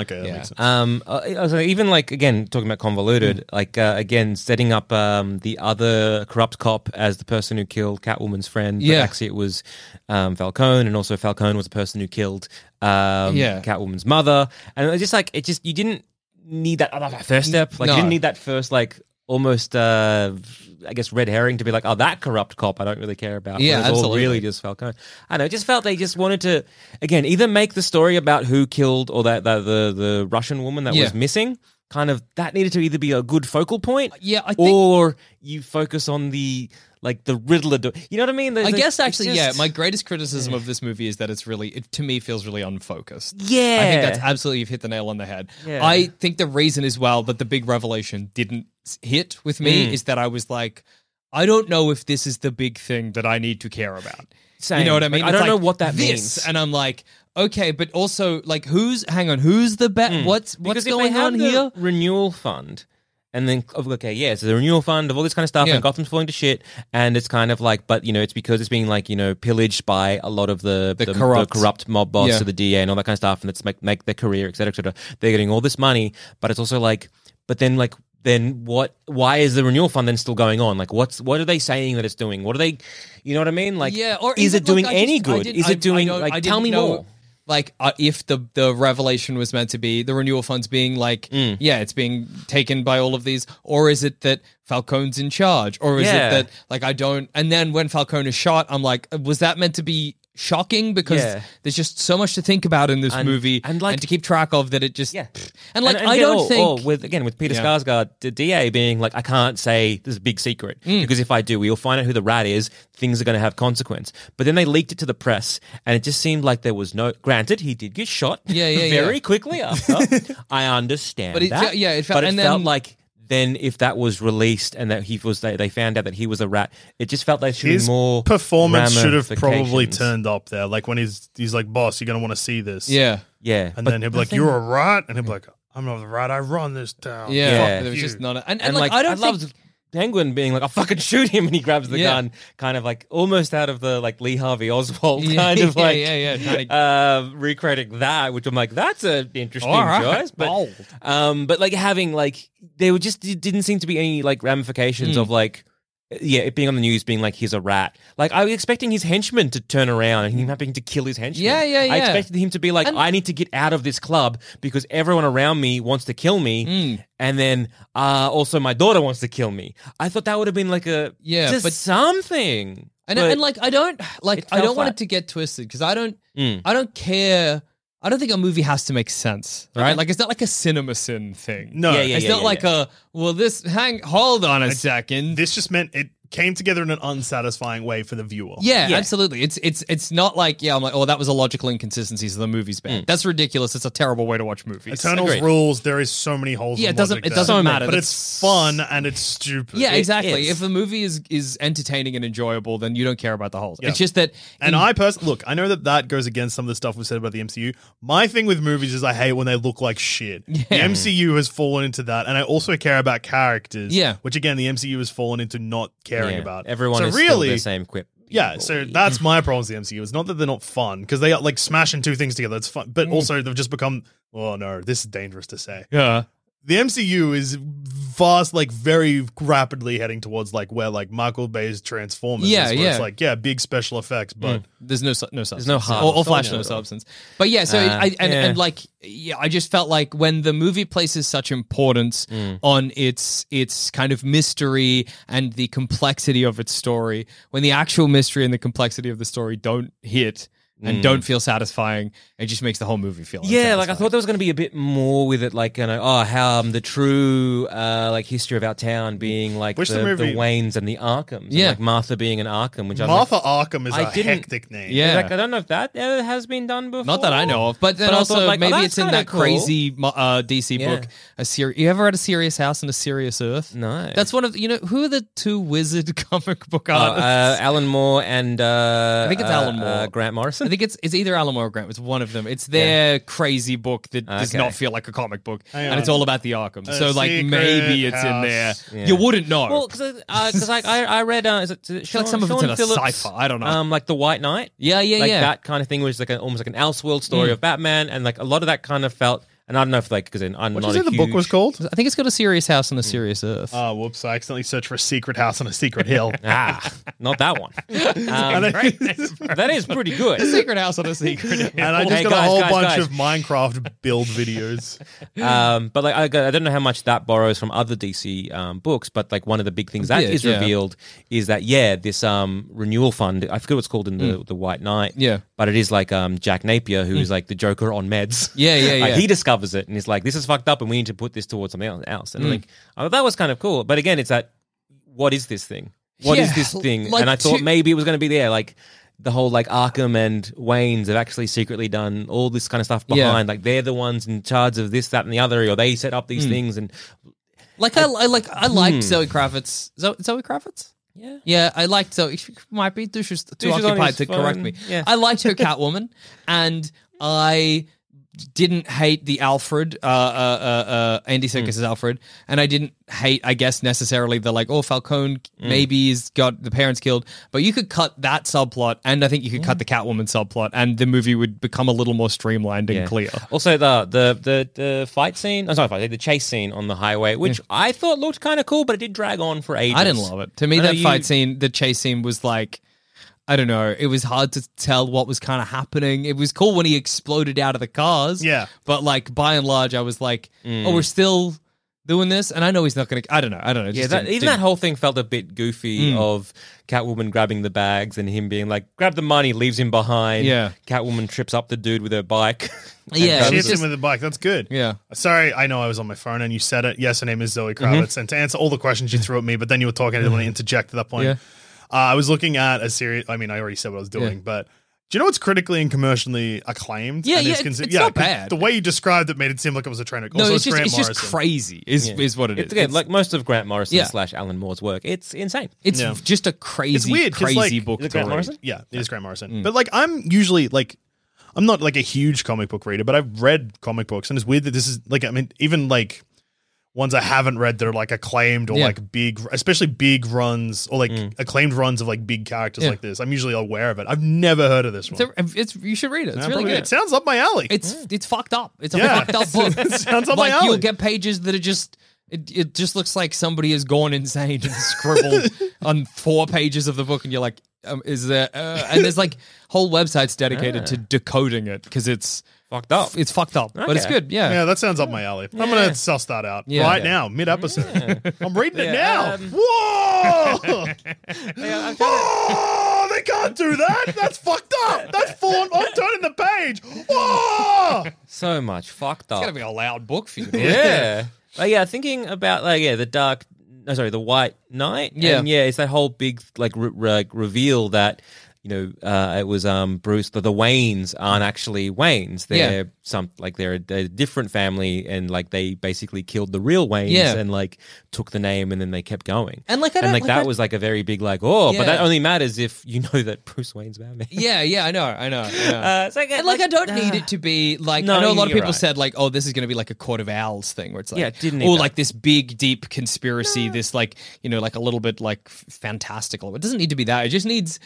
Ah, okay, that
Yeah. Mm.
makes sense.
Um, uh, uh, so even like again talking about convoluted, like uh, again setting up um the other corrupt cop as the person who killed Catwoman's friend. but
Yeah.
actually it was um Falcone, and also Falcone was the person who killed um
Yeah.
Catwoman's mother. And it was just like it just you didn't need that other first step, like
No.
you didn't need that first like almost uh I guess red herring to be like oh that corrupt cop I don't really care about.
Yeah,
When it's all
absolutely.
really just Falcone. I know. It just felt they just wanted to again either make the story about who killed or that, that the the Russian woman that
Yeah.
was missing. Kind of that needed to either be a good focal point,
Uh, Yeah, I think-
or you focus on the like the Riddler. Do- you know what I mean? There's
I
like-
guess
it's
actually, yeah.
just-
My greatest criticism of this movie is that it's really, it to me feels really unfocused.
Yeah.
I think that's absolutely you've hit the nail on the head.
Yeah.
I think the reason as well that the big revelation didn't s- hit with
Mm.
me is that I was like, I don't know if this is the big thing that I need to care about. You
Same.
know what I
Like,
mean?
I
It's
don't know what that
this,
means.
and I'm like, okay, but also like, who's? Hang on, who's the bet? What's what's
Mm. Because if
going
they had
on
the
here?
Renewal fund. And then, oh, okay, yeah, so the renewal fund of all this kind of stuff,
Yeah.
and Gotham's falling to shit, and it's kind of like, but you know, it's because it's being like you know pillaged by a lot of the
The corrupt.
mob boss
Yeah.
of the DA and all that kind of stuff, and it's make make their career, et cetera, et cetera. They're getting all this money, but it's also like, but then like, then what? Why is the renewal fund then still going on? Like, what's what are they saying that it's doing? What are they, you know what I mean? Like,
yeah, or
is
even,
it doing
look, I
any
just- I
good?
didn't-
Is
I- I
it doing
don't- I
like? Tell
didn't
me
know-
more.
like uh, if the the revelation was meant to be the renewal funds being like
Mm.
yeah it's being taken by all of these or is it that falcone's in charge or is
Yeah.
it that like i don't and then when falcone is shot i'm like uh, was that meant to be shocking because
Yeah.
there's just so much to think about in this
And-
movie
and, like-
to keep track of that it just
Yeah.
and like i
again,
don't
or-
think
or oh, with again with Peter
Yeah.
Skarsgård, the DA being like, I can't say this is a big secret
Mm.
because if I do, we'll find out who the rat is. Things are going to have consequence. But then they leaked it to the press, and it just seemed like there was no. Granted, he did get shot.
Yeah, yeah,
very
yeah.
quickly after. I understand,
But it
that,
fe- yeah, it felt-
but it
and
felt
then-
like. Then, if that was released and that he was, they, they found out that he was a rat. It just felt like should
His
be more
performance should have probably
ramifications.
turned up there. Like when he's he's like, boss, you're gonna want to see this.
yeah
Yeah,
And
but
then he'll be
the
like,
thing-
you're a rat. And he'll be like,
I'm not the right. I run this town.
yeah,
Yeah.
there was just
You.
not a, and, and,
and,
like, i don't think,
loved Penguin being like, "I'll fucking shoot him," and he grabs the
Yeah.
gun, kind of like almost out of the like Lee Harvey Oswald
Yeah,
kind of
yeah,
like,
yeah, yeah, trying to-
uh, recreating that, which I'm like, that's an interesting
All right,
choice, but
bold.
um, but like having like there were just it didn't seem to be any like
Hmm.
ramifications of like. Yeah, it being on the news, being like he's a rat. Like I was expecting his henchman to turn around and him having to kill his henchman.
Yeah, yeah, yeah.
I expected him to be like,
And-
I need to get out of this club because everyone around me wants to kill me,
Mm.
and then uh, also my daughter wants to kill me. I thought that would have been like a
Yeah,
just
but-
something.
and,
But-
and like i don't like
It
i
fell
don't want
flat.
it to get twisted because i don't
Mm.
i don't care i don't think a movie has to make sense right like it's not like a cinema sin thing
no,
Yeah, yeah.
it's not like a well this hang hold on a second
this just meant it came together in an unsatisfying way for the viewer.
yeah,
Yeah.
absolutely. It's it's it's not like yeah. I'm like, oh, that was a logical inconsistency, so the movie's
Mm.
bad. That's ridiculous. It's a terrible way to watch movies.
Eternals
Agreed.
rules. There is so many holes.
Yeah,
in
it doesn't-
logic
it
there.
doesn't So many. matter.
But
That's-
it's fun and it's stupid.
Yeah, exactly.
is.
If the movie is is entertaining and enjoyable, then you don't care about the holes. It's just that
And I personally look, I know that that goes against some of the stuff we said about the MCU. My thing with movies is I hate when they look like shit. The MCU has fallen into that, and I also care about characters.
Yeah.
which again, the MCU has fallen into not caring
Yeah,
about.
everyone
So
is really
really
still the same quip.
Yeah, so that's my problem with the MCU. It's not that they're not fun because they are like smashing two things together. It's fun,
Mm.
but also they've just become. Oh no, this is dangerous to say.
yeah.
The MCU is vast, like very rapidly heading towards like where like Michael Bay's Transformers.
Yeah,
is, where
yeah.
It's like yeah, big special effects,
Mm.
but
There's no su- no substance.
no heart.
Or, or
It's all
flash, no
natural.
substance. But yeah, so
Uh,
I, and,
yeah.
and like yeah, I just felt like when the movie places such importance
Mm.
on its its kind of mystery and the complexity of its story, when the actual mystery and the complexity of the story don't hit and don't feel satisfying, it just makes the whole movie feel
Mm. Yeah, like I
unsatisfying.
thought there was going to be a bit more with it, like you know, oh, how um, the true uh, like history of our town being like the,
Which the
the,
movie-
Waynes and the Arkhams,
Yeah.
and, like Martha being an Arkham, which
Martha
I'm like,
Arkham is a
I didn't-
hectic name.
Yeah.
like, I don't know if that ever has been done before.
Not that I know of, but then
But I
also
thought, like, oh,
maybe
that's
it's in
kinda
that
cool.
crazy mo- uh, DC
Yeah.
book. A ser- you ever read a serious house and a serious earth?
No.
that's one of the- you know who are the two wizard comic book
Uh,
artists.
uh, Alan Moore and uh,
I think it's
uh,
Alan Moore.
uh, Grant Morrison.
I think it's it's either Alan Moore or Grant. It's one of them. It's their crazy book that does
Okay.
not feel like a comic book,
Hang
and
on.
it's all about the Arkham.
A
so like
secret
maybe it's in there.
house.
Yeah.
You wouldn't know.
Well, because like I, I read, uh, is it, is it
feel
Sean,
like some of it's
Sean
in a
Phillips,
sci-fi. I don't know.
Um, like the White Knight,
yeah, yeah,
like
yeah. Mm.
that kind of thing was like an, almost like an Elseworld story of Batman, and like a lot of that kind of felt. And I don't know if like because I'm not
What did you
a
say the book
huge-
was called?
I think it's got a serious house and a serious
Hmm.
earth.
Uh,
Oh, whoops! I accidentally searched for a secret house on a secret hill.
Ah, not that one. Um,
and I,
that is pretty good.
secret house on a secret.
and I just
Hey,
got
guys,
a whole
guys,
bunch
guys.
of Minecraft build videos.
Um, but like I, I don't know how much that borrows from other DC um, books, but like one of the big things that
bit,
is
yeah.
revealed is that yeah, this um, renewal fund. I forget what it's called in the, the White Knight.
Mm. Yeah. Mm.
but it is like um, Jack Napier, who is like the Joker on meds.
Yeah, yeah,
Like,
yeah.
Uh, he discovers it and is like, "This is fucked up, and we need to put this towards something else- else."
Hmm.
And like, I thought that was kind of cool. But again, it's that what is this thing? What is
Yeah,
this thing?
like
and I thought
two-
maybe it was going to be there, like. The whole like Arkham and Wayne's have actually secretly done all this kind of stuff
Yeah.
behind, like they're the ones in charge of this, that, and the other, or they set up
Hmm.
these things, and
Like I, I like I liked Zoe Kravitz. Zo- Zoe Kravitz.
yeah,
Yeah, I liked Zoe. She might be too, she's too
She's on
occupied
his
to correct
phone.
me.
Yeah.
I liked her Catwoman, and I didn't hate the Alfred, uh, uh, uh, uh, Andy Serkis's Alfred, and I didn't hate, I guess, necessarily the like, oh, Falcone maybe has got the parents killed, but you could cut that subplot, and I think you could
Hmm.
cut the Catwoman subplot, and the movie would become a little more streamlined and
yeah.
clear.
Also, the the the, the fight scene, I'm sorry, fight, the chase scene on the highway, which I thought looked kind of cool, but it did drag on for ages.
I didn't love it. To me,
I know
that
you-
fight scene, the chase scene was like, I don't know. It was hard to tell what was kind of happening. It was cool when he exploded out of the cars.
Yeah.
But like by and large, I was like, oh, we're still doing this, and I know he's not going to. I don't know. I don't know.
Yeah, that, even that whole thing felt a bit goofy
Mm.
of Catwoman grabbing the bags and him being like, grab the money, leaves him behind.
Yeah.
Catwoman trips up the dude with her bike. and
Yeah,
goes-
it was
Hits him
just-
with the bike. That's good.
Yeah. Mm-hmm.
Sorry, I know I was on my phone and you said it. Yes, her name is Zoe Kravitz. And to answer all the questions you threw at me, but then you were talking, I didn't want to interject at that point.
Yeah.
Uh, I was looking at a series. I mean, I already said what I was doing,
Yeah.
but do you know what's critically and commercially acclaimed?
Yeah,
and
yeah,
is
it's-
consi-
it's
yeah,
not
but
bad.
The way you described it made it seem like it was a train wreck.
No,
Also,
it's just
Grant
it's just
Morrison.
crazy. Is is what it is.
It's, again, like most of Grant Morrison
Yeah.
slash Alan Moore's work, it's insane.
It's
Yeah.
just a crazy,
It's weird. 'cause,
crazy
like,
book.
is it
to
Grant
read. Mm.
Morrison?
Yeah, it is Grant Morrison. But like, I'm usually like, I'm not like a huge comic book reader, but I've read comic books, and it's weird that this is like, I mean, even like ones I haven't read that are like acclaimed or
Yeah. Mm.
like big, especially big runs or like acclaimed runs of like big characters
Yeah.
like this. I'm usually aware of it. I've never heard of this one.
It's, a- it's you should read it.
And
It's
I
really
probably-
good.
It sounds up my alley.
It's it's fucked up. It's a
Yeah.
fucked up book.
sounds up my
like you'll
alley.
get pages that are just it, it just looks like somebody has gone insane and scribbled on four pages of the book, and you're like, um, is there? Uh, and there's like whole websites dedicated to decoding it because it's
Fucked up.
it's fucked up, but it's
Okay.
good. Yeah.
yeah, that sounds up my alley. I'm gonna suss that out
Yeah.
right
Yeah.
now, mid episode. I'm reading it now.
um,
Whoa!
Yeah, I'm trying to-
Oh, they can't do that. That's fucked up. That's font. I'm turning the page. Oh,
so much fucked up.
It's gotta be a loud book for you. to read.
yeah. Like, yeah, thinking about like yeah, the dark. No, sorry, the White Knight.
Yeah.
and, yeah. It's that whole big like re- re- like, reveal that you know uh, it was um Bruce. The, the Waynes aren't actually Waynes. They're some like they're a, they're a different family, and like they basically killed the real Waynes
Yeah.
and like took the name, and then they kept going.
And, like, I don't-
and like,
like,
that
I-
was like a very big like oh,
Yeah.
but that only matters if you know that Bruce Wayne's Batman.
Yeah, yeah, I know, I know. I know.
Uh, it's like,
and like, I don't need it to be like.
No,
I know a lot of
you're
people
right.
said like, "Oh, this is going to be like a Court of Owls thing," where it's like,
Yeah, didn't need
or
that.
like this big deep conspiracy, this like you know like a little bit like f- fantastical. It doesn't need to be that. It just needs.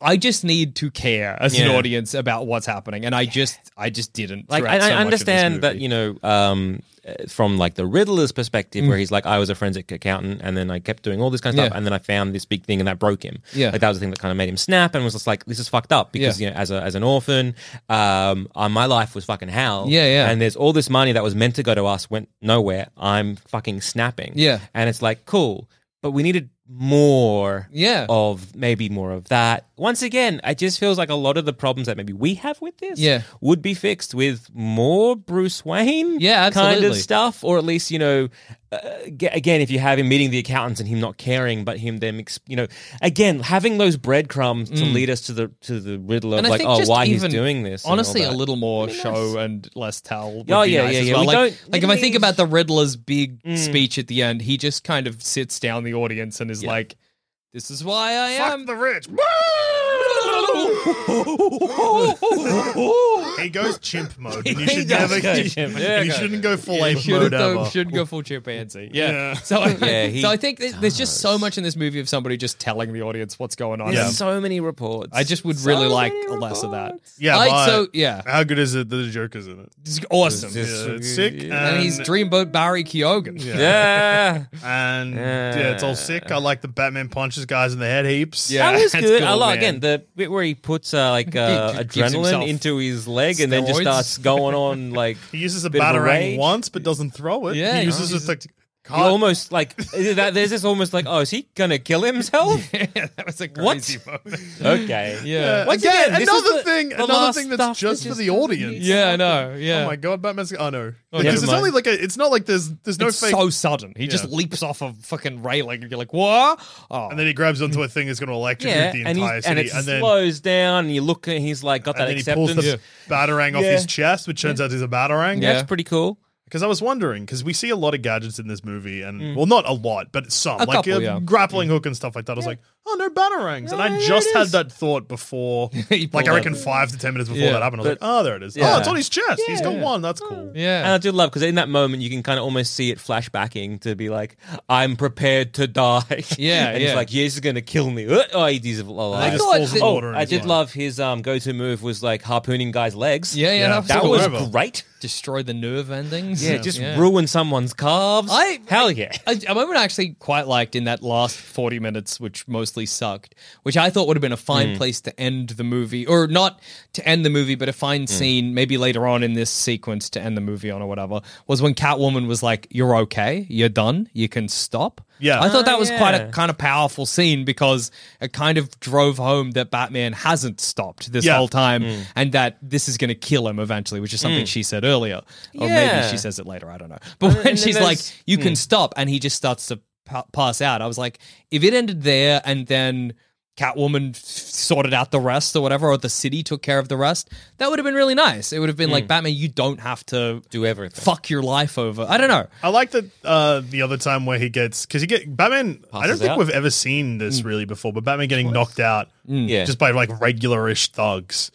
I just need to care as an
Yeah.
audience about what's happening, and I just I just didn't.
like I, I understand that you know um, uh, from like the Riddler's perspective, where he's like, I was a forensic accountant, and then I kept doing all this kind of
Mm. Yeah.
stuff, and then I found this big thing, and that broke him.
Yeah.
like that was the thing that kind of made him snap, and was just like, this is fucked up because
Yeah.
you know, as a as an orphan, um, uh, my life was fucking hell.
Yeah, yeah.
And there's all this money that was meant to go to us went nowhere. I'm fucking snapping.
Yeah.
and it's like cool, but we needed more
Yeah.
of maybe more of that. Once again, it just feels like a lot of the problems that maybe we have with this
Yeah.
would be fixed with more Bruce Wayne
Yeah,
kind of
absolutely.
stuff, or at least you know, uh, ge- again, if you have him meeting the accountants and him not caring, but him them, ex- you know, again having those breadcrumbs to lead us to the to the riddle of
Mm. And I
like,
think
oh,
just
why he's
even-
doing this. and all
Honestly, a
that.
little more show and less tell. Would
Oh,
be
yeah,
nice
yeah,
as
yeah.
Well.
We
like,
don't- Mm.
like if I think
maybe-
about the Riddler's big speech at the end, he just kind of sits down the audience and is like, "This is why I
Fuck
um,
am."
the rich.
he goes chimp mode. And you
He
should
does
never.
go
you-
chimp.
you
Yeah, go.
shouldn't go full ape
Shouldn't,
mode
though,
ever.
shouldn't go full chimpanzee. Yeah.
Yeah.
So, I,
Yeah, he
so I think that there's just so much in this movie of somebody just telling the audience what's going on.
There's
Yeah.
so many reports.
I just would
So
really like
many
less of that.
Yeah,
I-
but-
so yeah,
How good is it that the Joker's in it?
it's awesome.
It's just-
Yeah, it's sick. And,
and he's Dreamboat Barry Keoghan.
Yeah.
Yeah.
And yeah.
Yeah.
it's all sick. I like the Batman punches guys in the head heaps.
Yeah.
that was
it's
good. I
cool,
like
man.
again the bit where he puts uh, like uh,
gi- gives himself
adrenaline into his leg and then just
steroids.
starts going on like
He uses a
Bit of a
batarang
rage.
once, but doesn't throw it.
Yeah,
he uses
he
it to cut.
you almost like that, there's this almost like oh is he gonna kill himself?
that was a
What?
crazy moment.
okay,
Yeah.
Once
Uh, Again,
this is
another
the-
thing,
the
another
last
thing
stuff
that's just
that
for the audience.
Yeah, I know. Yeah.
Oh my god, Batman's oh no.
never
Because it's
mind.
only like a, it's not like there's there's no
it's
fake
so sudden. He just
Yeah.
leaps off a fucking railing, and you're like, "What?" Oh,
and then he grabs onto a thing that's gonna electrocute
yeah,
the
and,
entire
he's,
city
and it
then
slows down. And you look, and he's like got that
and then he pulls
acceptance.
the batarang off
Yeah.
his chest, which turns out is a batarang.
That's
Yeah.
pretty cool.
Because I was wondering, because we see a lot of gadgets in this movie, and
Mm.
well, not a lot, but some,
A
like
couple,
a
yeah. Mm.
grappling hook and stuff like that. I was like, oh no, batarangs, and I
yeah,
just
it
had
is.
that thought before,
He
like
pulled
I
up.
reckon five to ten minutes before
Yeah.
that happened. I was
But-
like, oh, there it is.
Yeah.
Oh, it's on his chest. He's got
Yeah.
one. That's cool.
yeah.
And I do love because in that moment you can kind of almost see it flashbacking to be like, "I'm prepared to die."
Yeah,
and
yeah.
he's like, "Yeah, this is gonna kill me." Oh, he's
And
alive.
he
I
just
thought
falls in
that-
the
Oh,
water and
I
he's
did
fine.
love his um, go-to move was like harpooning guys' legs.
Yeah, yeah,
Yeah.
was
that
cool.
was
Whatever.
great.
destroy the nerve endings.
Yeah, just ruin someone's calves.
I-
Hell yeah.
I, a moment I actually quite liked in that last 40 minutes, which most mostly sucked, which I thought would have been a
Hmm.
fine place to end the movie, or not to end the movie, but a
Hmm.
fine scene maybe later on in this sequence to end the movie on or whatever, was when Catwoman was like, "You're okay, you're done, you can stop."
Yeah.
I thought that was quite a
Oh, yeah.
kind of powerful scene because it kind of drove home that Batman hasn't stopped this
Yeah. Hmm.
whole time and that this is going to kill him eventually, which is something she said earlier. Or maybe
Yeah. Oh,
she says it later. I don't know. But when
and then
she's like,
there's-
you can stop, and he just starts to pa- pass out, I was like, if it ended there and then Catwoman f- sorted out the rest or whatever, or the city took care of the rest, that would have been really nice. It would have been like, Batman, you don't have to
Do everything.
fuck your life over. I don't know.
I like that uh, the other time where he gets because he get Batman. I don't
Passes
think
out. Mm.
we've ever seen this really before, but Batman getting knocked out
Yeah. Mm.
just by like regularish thugs.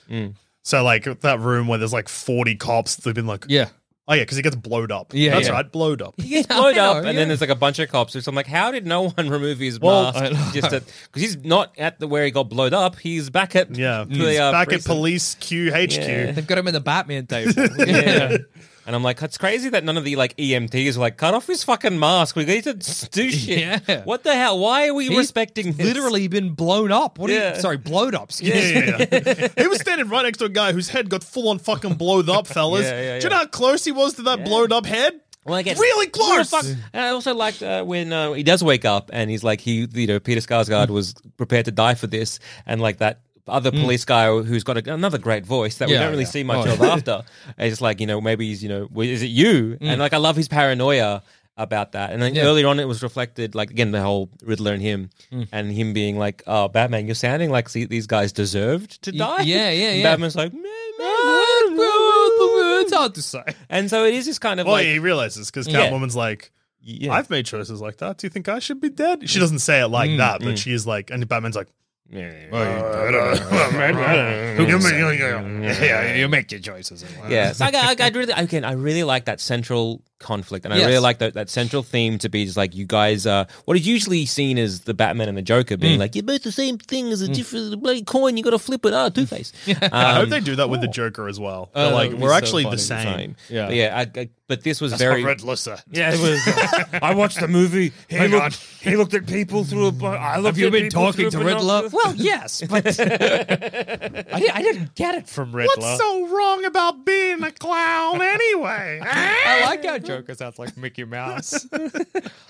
So like that room where there's like forty cops, they've been like,
Yeah.
oh yeah, because he gets blowed up.
Yeah,
that's
yeah.
right, blowed up.
He gets
Yeah,
blowed
I know,
up, and
yeah.
then there's like a bunch of cops. So I'm like, how did no one remove his
Well, I know.
mask? Just because he's not at the where he got blowed up. He's back at
Yeah,
the,
He's
uh,
back
prison.
at police QHQ.
Yeah.
They've got him in the Batman table. yeah.
Yeah. And I'm like, it's crazy that none of the like EMTs were like, cut off his fucking mask. We need to do shit.
Yeah.
What the hell? Why are we
He's
respecting this?
Literally been blown up. What are
Yeah.
you? Sorry, blowed up. Excuse me.
Yeah, yeah, yeah. he was standing right next to a guy whose head got full on fucking blowed up, fellas.
Yeah, yeah,
Do you know
yeah.
how close he was to that blowed up head?
Well, I guess-
really
What the
close.
fuck? And I also liked uh, when uh, he does wake up and he's like, he, you know, Peter Skarsgård was prepared to die for this, and like that other police guy who's got a, another great voice that we
Mm. Yeah,
don't really
yeah.
see much
Oh,
of after. And it's like, you know, maybe he's, you know, well, is it you? And like, I love his paranoia about that. And then
Mm. Yeah.
earlier on, it was reflected, like again, the whole Riddler and him,
Mm.
and him being like, "Oh, Batman, you're sounding like see, these guys deserved to
Y-
die."
yeah, yeah,
And
yeah.
Batman's like, "Meh, meh, meh."
It's hard to say.
and so it is this kind of
Well,
like,
he realizes because
Yeah.
Catwoman's like,
yeah,
I've made choices like that. Do you think I should be dead? She doesn't say it like that, but she is like, and Batman's like,
Uh,
You mean- you- you-
Yeah, you make your choices.
Yeah, so I, I, I really, again, I really like that central conflict, and I
Yes.
really like that, that central theme to be just like you guys are what is usually seen as the Batman and the Joker being like you're both the same thing as a different bloody coin. You got to flip it. Ah, Two Face.
I hope they do that with the Joker as well.
Oh,
They're
that
like,
would be
we're
so
actually
funny.
the same.
Yeah,
Yeah.
but yeah. I, I, but this was
Very
very.
red lister.
yeah, it was. I watched the movie. He
Hang on.
He looked at people through a. bu- I looked
Have you
at
been
people
talking to
through a
Riddler?
binoculars.
Well, yes, but I, didn't, I didn't get it from Riddler.
so wrong about being a clown anyway?
I like how Joker sounds like Mickey Mouse.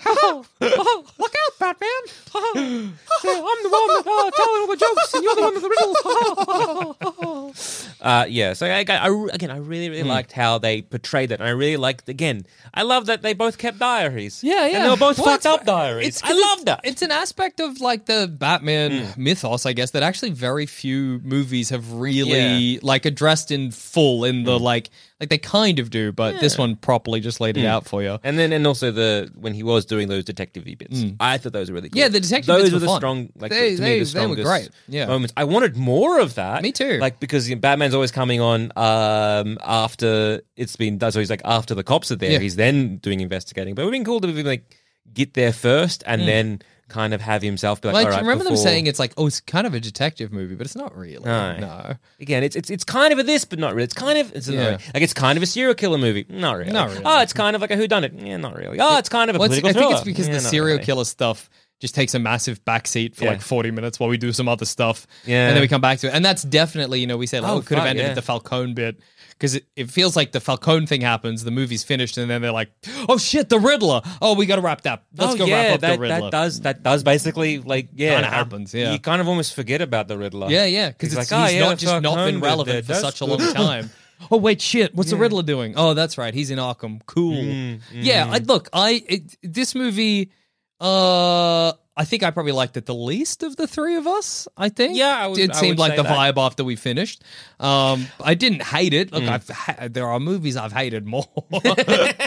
oh, oh, look out, Batman! Oh, I'm the one oh, telling all the jokes, and you're the one with the riddles.
Uh, yeah, so I, I, I- again, I really, really liked how they portrayed it. And I really liked, again, I love that they both kept diaries.
Yeah, yeah.
And they were both
Well,
fucked
it's-
up diaries.
it's-
I love that.
It's an aspect of like the Batman
Hmm.
mythos, I guess, that actually very few movies have really
Yeah. Hmm.
like addressed in full in the like like they kind of do, but this one properly just
Hmm.
laid it out for you.
and then, and also the when he was doing those detective bits, I thought those were really cool.
Mm. Yeah, the detective
Those
bits
were
were
the
fun.
strong, like
They-
to
they-
me, the
they were
strongest
great. Yeah.
moments. I wanted more of that.
Me too.
Like because you know, Batman's always coming on um, after it's been done. So he's like after the cops are there,
Yeah.
he's then doing investigating. But it would have been cool to be like get there first and then kind of have himself be like.
Mm. Like,
All
you
right,
remember them
before-
saying it's like, oh, it's kind of a detective movie, but it's not really.
No.
no.
Again, it's it's it's kind of a this, but not really. It's kind of it's not
Yeah.
really. like it's kind of a serial killer movie, not really.
Not really.
Oh, it's kind of like a whodunit, yeah, not really. Oh, it's kind of a
Well, it's-
political
I think it's
thriller.
because
Yeah,
the
not
serial
really.
killer stuff just takes a massive backseat for
Yeah.
like 40 minutes while we do some other stuff.
Yeah.
And then we come back to it. And that's definitely, you know, we say, like, oh,
Oh,
it could have
fuck,
ended
yeah.
at the Falcone bit because it, it feels like the Falcone thing happens, the movie's finished, and then they're like, oh shit, the Riddler. Oh, we got to wrap that. Let's
oh,
go
yeah,
wrap up
that,
the Riddler.
That does that does basically like yeah
Kinda happens, yeah.
you kind of almost forget about the Riddler.
Yeah, yeah. Because
He's
he's,
like, oh, yeah,
not
that's
just
our
not
Conan
been relevant for
there. That's
such a
good.
long time. Oh wait, shit! What's the Riddler doing? Oh, that's right, he's in Arkham. Cool.
Mm,
yeah, I, look, I it, this movie, uh, I think I probably liked it the least of the three of us. I think.
Yeah, I would-
it
I
seemed
would
like
say
the
that. Mm.
vibe after we finished. Um, I didn't hate it. Look, I've ha- there are movies I've hated more.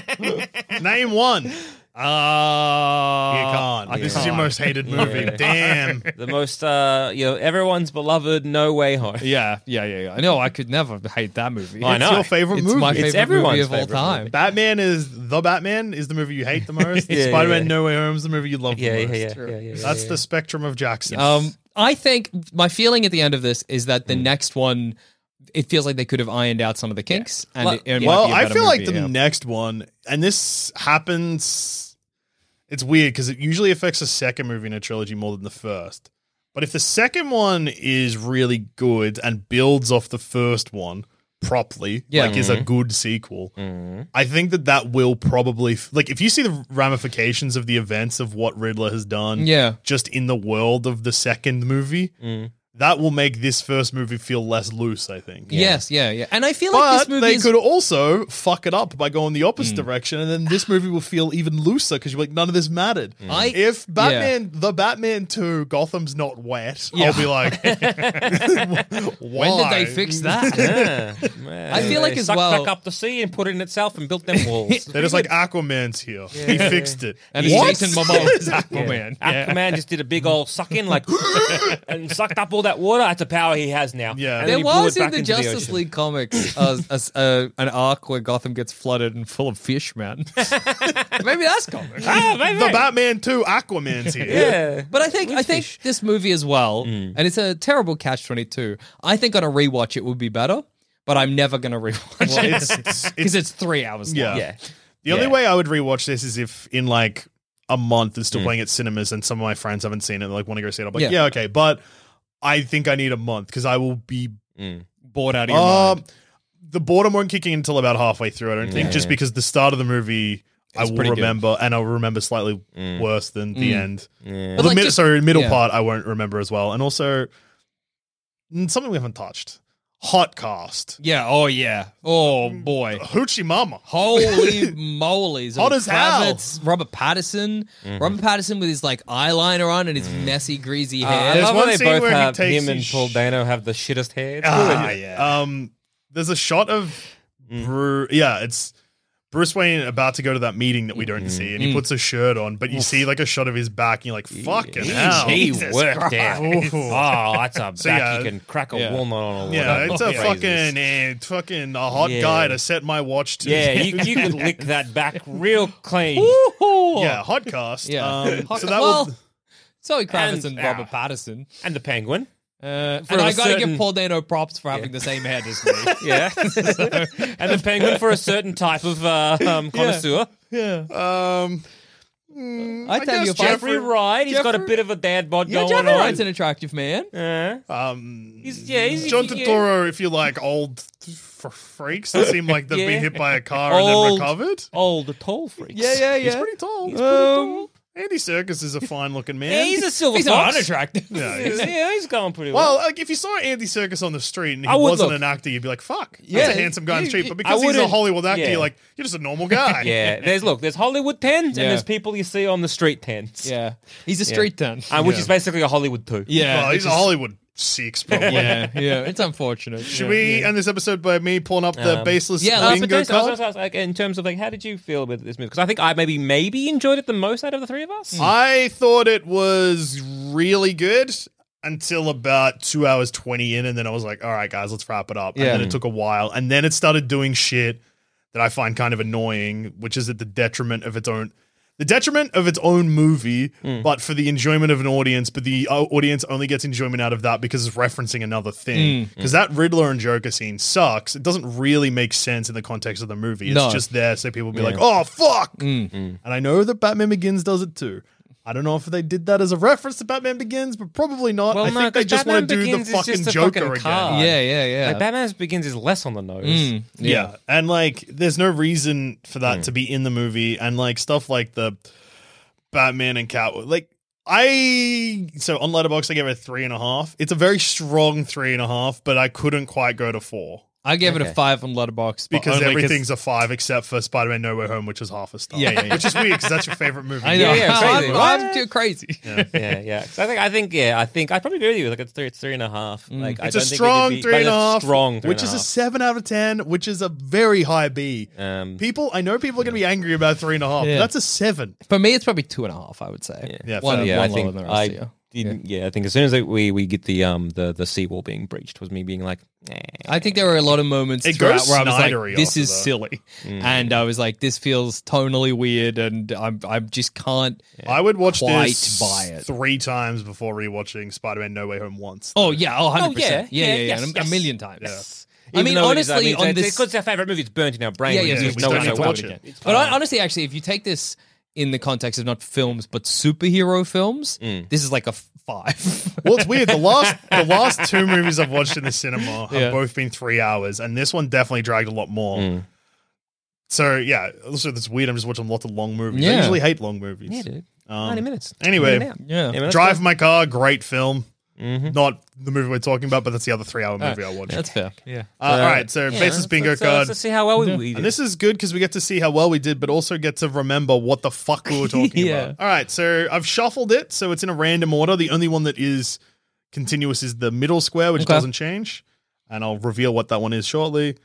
Name one.
Uh,
I- this is your most hated movie.
Yeah.
Damn.
the most uh you know everyone's beloved No Way Home.
Yeah, yeah, yeah, yeah. No, I could never hate that movie.
I
It's
know.
your favorite
It's
movie.
my favorite movie
everyone's
of all
favorite
time.
Batman is the Batman is the movie you hate the most.
Yeah, yeah,
Spider-Man
yeah.
No Way Home is the movie you love
Yeah,
the
yeah,
most.
yeah, yeah, yeah, yeah,
That's the spectrum of Jackson.
Um, I think my feeling at the end of this is that
Hmm.
the next one, it feels like they could have ironed out some of the kinks. And
Well-
it, it might
well,
be a
I
better
feel like
movie,
the
yeah.
next one, and this happens. It's weird because it usually affects the second movie in a trilogy more than the first. But if the second one is really good and builds off the first one properly,
Yeah.
like is a good sequel, I think that that will probably f- like if you see the ramifications of the events of what Riddler has done,
Yeah.
just in the world of the second movie, that will make this first movie feel less loose. I think.
Yes, yeah, yeah. And I feel like
But
this movie
they
is
could also fuck it up by going the opposite direction, and then this movie will feel even looser because you're like, none of this mattered.
I-
if Batman, the Batman 2, Gotham's not wet,
Yeah.
I'll be like,
when
why?
did they fix that?
Yeah,
I feel like
They
as
sucked
well-
back up the sea and put it in itself and built them walls.
They're just like, Aquaman's here. He fixed it.
And it's
What?
Jason Momoa.
It's Aquaman.
Aquaman just did a big old suck in, like, and sucked up all that water. That's a power he has now.
Yeah.
And
There
then
There
he blew
was
it
in
back
the
into
Justice
ocean.
League comics uh, a s- uh, an arc where Gotham gets flooded and full of fish, man. Maybe that's comic.
Ah, mate,
The
mate.
Batman 2, Aquaman's here.
Yeah.
But I think I think this movie as well, and it's a terrible catch twenty two. I think on a rewatch it would be better, but I'm never gonna rewatch
Well,
it
it's, it's,
because
it's-
it's three hours long.
yeah.
Yeah.
The only
Yeah.
way I would rewatch this is if in like a month it's still playing at cinemas and some of my friends haven't seen it and like want to go see it. I'm like,
Mm. Yeah.
yeah, okay. But I think I need a month because I will be
bored out of your mind.
Um, the boredom won't kick in until about halfway through. I don't think, just because the start of the movie I
It's
will
pretty good.
remember, and I'll remember slightly worse than the end. Well,
But
the
like
mid-
just-
sorry, middle
yeah.
part I won't remember as well, and also mm, something we haven't touched: hot cast,
Yeah. Oh yeah. Oh
Mm.
boy.
hoochie mama.
Holy moly.
Hot as hell.
Robert Patterson. Robert Patterson with his like eyeliner on and his messy, greasy
I
hair.
There's
love
one
when they
scene
both
where he
have
takes
him
his
and Paul
sh-
Dano have the shittest hair. It's
Ah,
good.
yeah. Um, there's a shot of Bru- yeah, it's Bruce Wayne about to go to that meeting that we don't see, and he puts a shirt on, but you see like a shot of his back, and you're like, "Fucking hell!"
He
Oh, Jesus
worked out.
Christ.
Oh, that's a
So,
back
yeah.
you can crack a
Yeah.
walnut on. Or
Yeah,
whatever.
it's a
Crazy.
fucking, eh, fucking a hot
Yeah.
guy to set my watch to.
Yeah, you, you can lick that back real clean.
Woohoo.
yeah, hot cast.
Yeah.
um,
Hot-
so that
well,
will.
Zoe Kravitz and,
And-
Robert
ah.
Patterson.
And the penguin.
Uh,
For
and
a
I gotta give
certain-
Paul Dano props for having the same head as me.
Yeah. and the penguin for a certain type of uh, um, connoisseur.
Um,
I
I
tell
guess
you, if I-
Jeffrey Wright, he's got a
Jeffrey-
bit of a dad bod
Yeah,
going
Jeffrey
on.
Wright's an attractive man.
Yeah.
um,
He's, yeah, he's
John
yeah.
Turturro, if you like old f- freaks that seem like they've
Yeah.
been hit by a car
Old.
and then recovered.
Old tall freaks.
yeah,
He's pretty tall.
Um,
Andy Circus is a fine looking man.
Yeah, he's a silver
he's not
fox.
unattractive.
Yeah, he's-
yeah, he's going pretty well.
well, like if you saw Andy Circus on the street and he
I would
wasn't
look.
an actor, you'd be like, "Fuck, that's
Yeah,
a handsome guy on the
you-
street." But
you-
because
I
he's a
wouldn't-
Hollywood actor,
yeah.
you're like, "You're just a normal guy."
Yeah, there's look, there's Hollywood tens
Yeah.
and there's people you see on the street tens.
Yeah, he's a street ten.
Uh, which
Yeah.
is basically a Hollywood two.
Yeah,
well, he's
it's
a
just-
Hollywood six, probably.
yeah, yeah. It's unfortunate.
Should
Yeah.
we end this episode by me pulling up the
Um,
baseless
yeah, let's
but
bingo
Jason, I was
card?
gonna ask, like, in terms of like, how did you feel with this movie? Because I think I maybe maybe enjoyed it the most out of the three of us.
Hmm.
I thought it was really good until about two hours 20 in, and then I was like, all right, guys, let's wrap it up.
Yeah.
And then it took a while, and then it started doing shit that I find kind of annoying, which is at the detriment of its own. The detriment of its own movie,
Hmm.
but for the enjoyment of an audience, but the uh, audience only gets enjoyment out of that because it's referencing another thing.
Hmm.
Because that Riddler and Joker scene sucks. It doesn't really make sense in the context of the movie. It's
No. Hmm.
just there so people be like, oh, fuck. And I know that Batman Begins does it too. I don't know if they did that as a reference to Batman Begins, but probably not. I think they just want to do the fucking Joker again.
Yeah, yeah, yeah.
Like Batman Begins is less on the nose.
Mm,
Yeah. And like there's no reason for that
Hmm.
to be in the movie and like stuff like the Batman and Cat like I so on Letterboxd I gave it a three and a half. It's a very strong three and a half, but I couldn't quite go to four.
I gave it a five on Letterbox
Because everything's a five except for Spider Man No Way Home, which is half a star.
Yeah, yeah, yeah.
Which is weird because that's your favorite movie.
I
Yeah,
know.
yeah,
I'm-
crazy.
I'm, too crazy.
yeah, yeah. 'Cause I think, I think, yeah, I think I probably agree with you. Like it's three, it's three and a half. Like I
It's
don't
a
think
strong
it'd be-
three and a
but it's
half,
strong, three
which
and
is
a
a
half.
seven out of ten, which is a very high B.
Um,
people, I know people are going to be angry about three and a half.
Yeah.
But that's a seven.
For me, it's probably two and a half. I would say.
Yeah,
one,
fair.
yeah,
one
I
lower
think
than the rest
I
of you.
didn't. Yeah. I think as soon as like, we we get the um the the seawall being breached was me being like, eh.
I think there were a lot of moments
It
throughout
goes
where I was
Snydery
like, "This
after
is
that.
silly,"
Mm.
and I was like, "This feels tonally weird," and I'm I just can't.
I would watch
Quite
this
buy it.
three times before rewatching Spider Man No Way Home once.
Oh yeah, oh, 100
yeah,
percent, yeah, yeah,
yeah,
yeah,
yes,
and a- a
yes.
million times. I
Even
mean,
though it is-
honestly,
it's-
on
it's-
this,
because it's our favorite movie, it's burnt in our brain.
yeah,
we
yeah,
just
yeah,
we
know
don't
it
need
so
to
well.
watch it.
But hon- honestly, actually, if you take this in the context of not films but superhero films, this is like a f- five.
Well, it's weird. The last the last two movies I've watched in the cinema have both been three hours, and this one definitely dragged a lot more.
Mm.
So yeah, also that's weird. I'm just watching lots of long movies. I
Yeah.
usually hate long movies.
Yeah, dude.
Um,
90 minutes.
anyway.
In and out.
Yeah.
Yeah, man, that's
Drive
cool.
My Car, great film. Not the movie we're talking about, but that's the other three hour movie I watched.
That's fair.
Yeah.
Uh, all right, so
Yeah,
basis
let's-
bingo
let's, uh,
card.
Let's see how well we, we did.
And this is good because we get to see how well we did, but also get to remember what the fuck we were talking
Yeah.
about. All right, so I've shuffled it, so it's in a random order. The only one that is continuous is the middle square, which
Okay.
doesn't change, and I'll reveal what that one is shortly.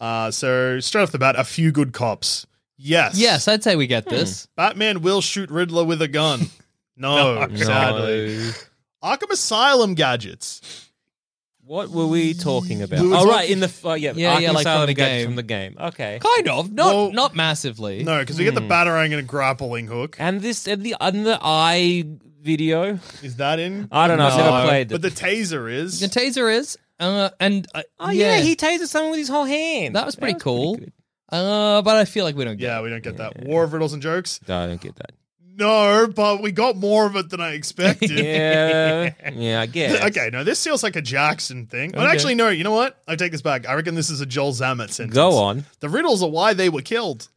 Uh, so straight off the bat, a few good cops. Yes,
Yes, I'd say we get this.
Batman will shoot Riddler with a gun. No,
No.
sadly. Arkham Asylum gadgets.
What were we talking about?
We were
oh, right,
talking-
in the uh, yeah,
Yeah,
Arkham
yeah, like
Asylum
from the
gadgets
game.
from the game. Okay,
Kind of, not
Well-
not massively.
No, because we get the
Hmm.
batarang and a grappling hook.
and this and the and the eye video.
Is that in?
I don't know. I've
No.
never played.
But the taser is.
The taser is, uh, and uh,
oh yeah. he tasered someone with his whole hand.
that was pretty cool.
good.
uh, but I feel like we don't get.
yeah, we don't get that. War of riddles and jokes.
No, I don't get that.
No, but we got more of it than I expected.
Yeah, yeah, I guess.
Okay, no, this feels like a Jackson thing. But actually, no, you know what? I take this back. I reckon this is a Joel Zammett sentence.
Go on.
The riddles are why they were killed.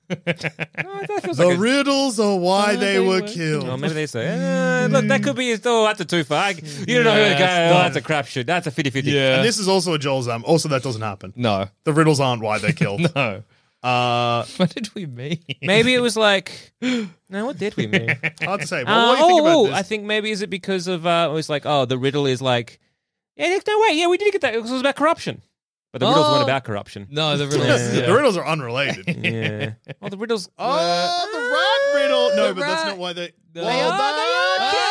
the riddles are why they, were, killed.
Oh, maybe they say, eh, look, that could be his door. That's a too far. You don't know who the guy. Oh, that's a crapshoot. That's a 50-50.
Yeah.
and this is also a Joel Zammett. Also, that doesn't happen.
No.
The riddles aren't why they're killed.
No.
uh,
What did we mean?
Maybe it was like, no, what did we mean?
hard to say.
Uh,
Well, what do you
oh,
think about
oh,
this?
I think maybe is it because of uh, it was like, oh, the riddle is like, yeah, there's no way, yeah, we did get that. It was about corruption, but the riddles weren't
Oh.
about corruption.
No, the riddles.
The riddles are unrelated.
Yeah. oh, the riddles.
Oh, the rat riddle. No,
The
but that's
rat-
not why they.
They
Well,
are- they are
that- Ah!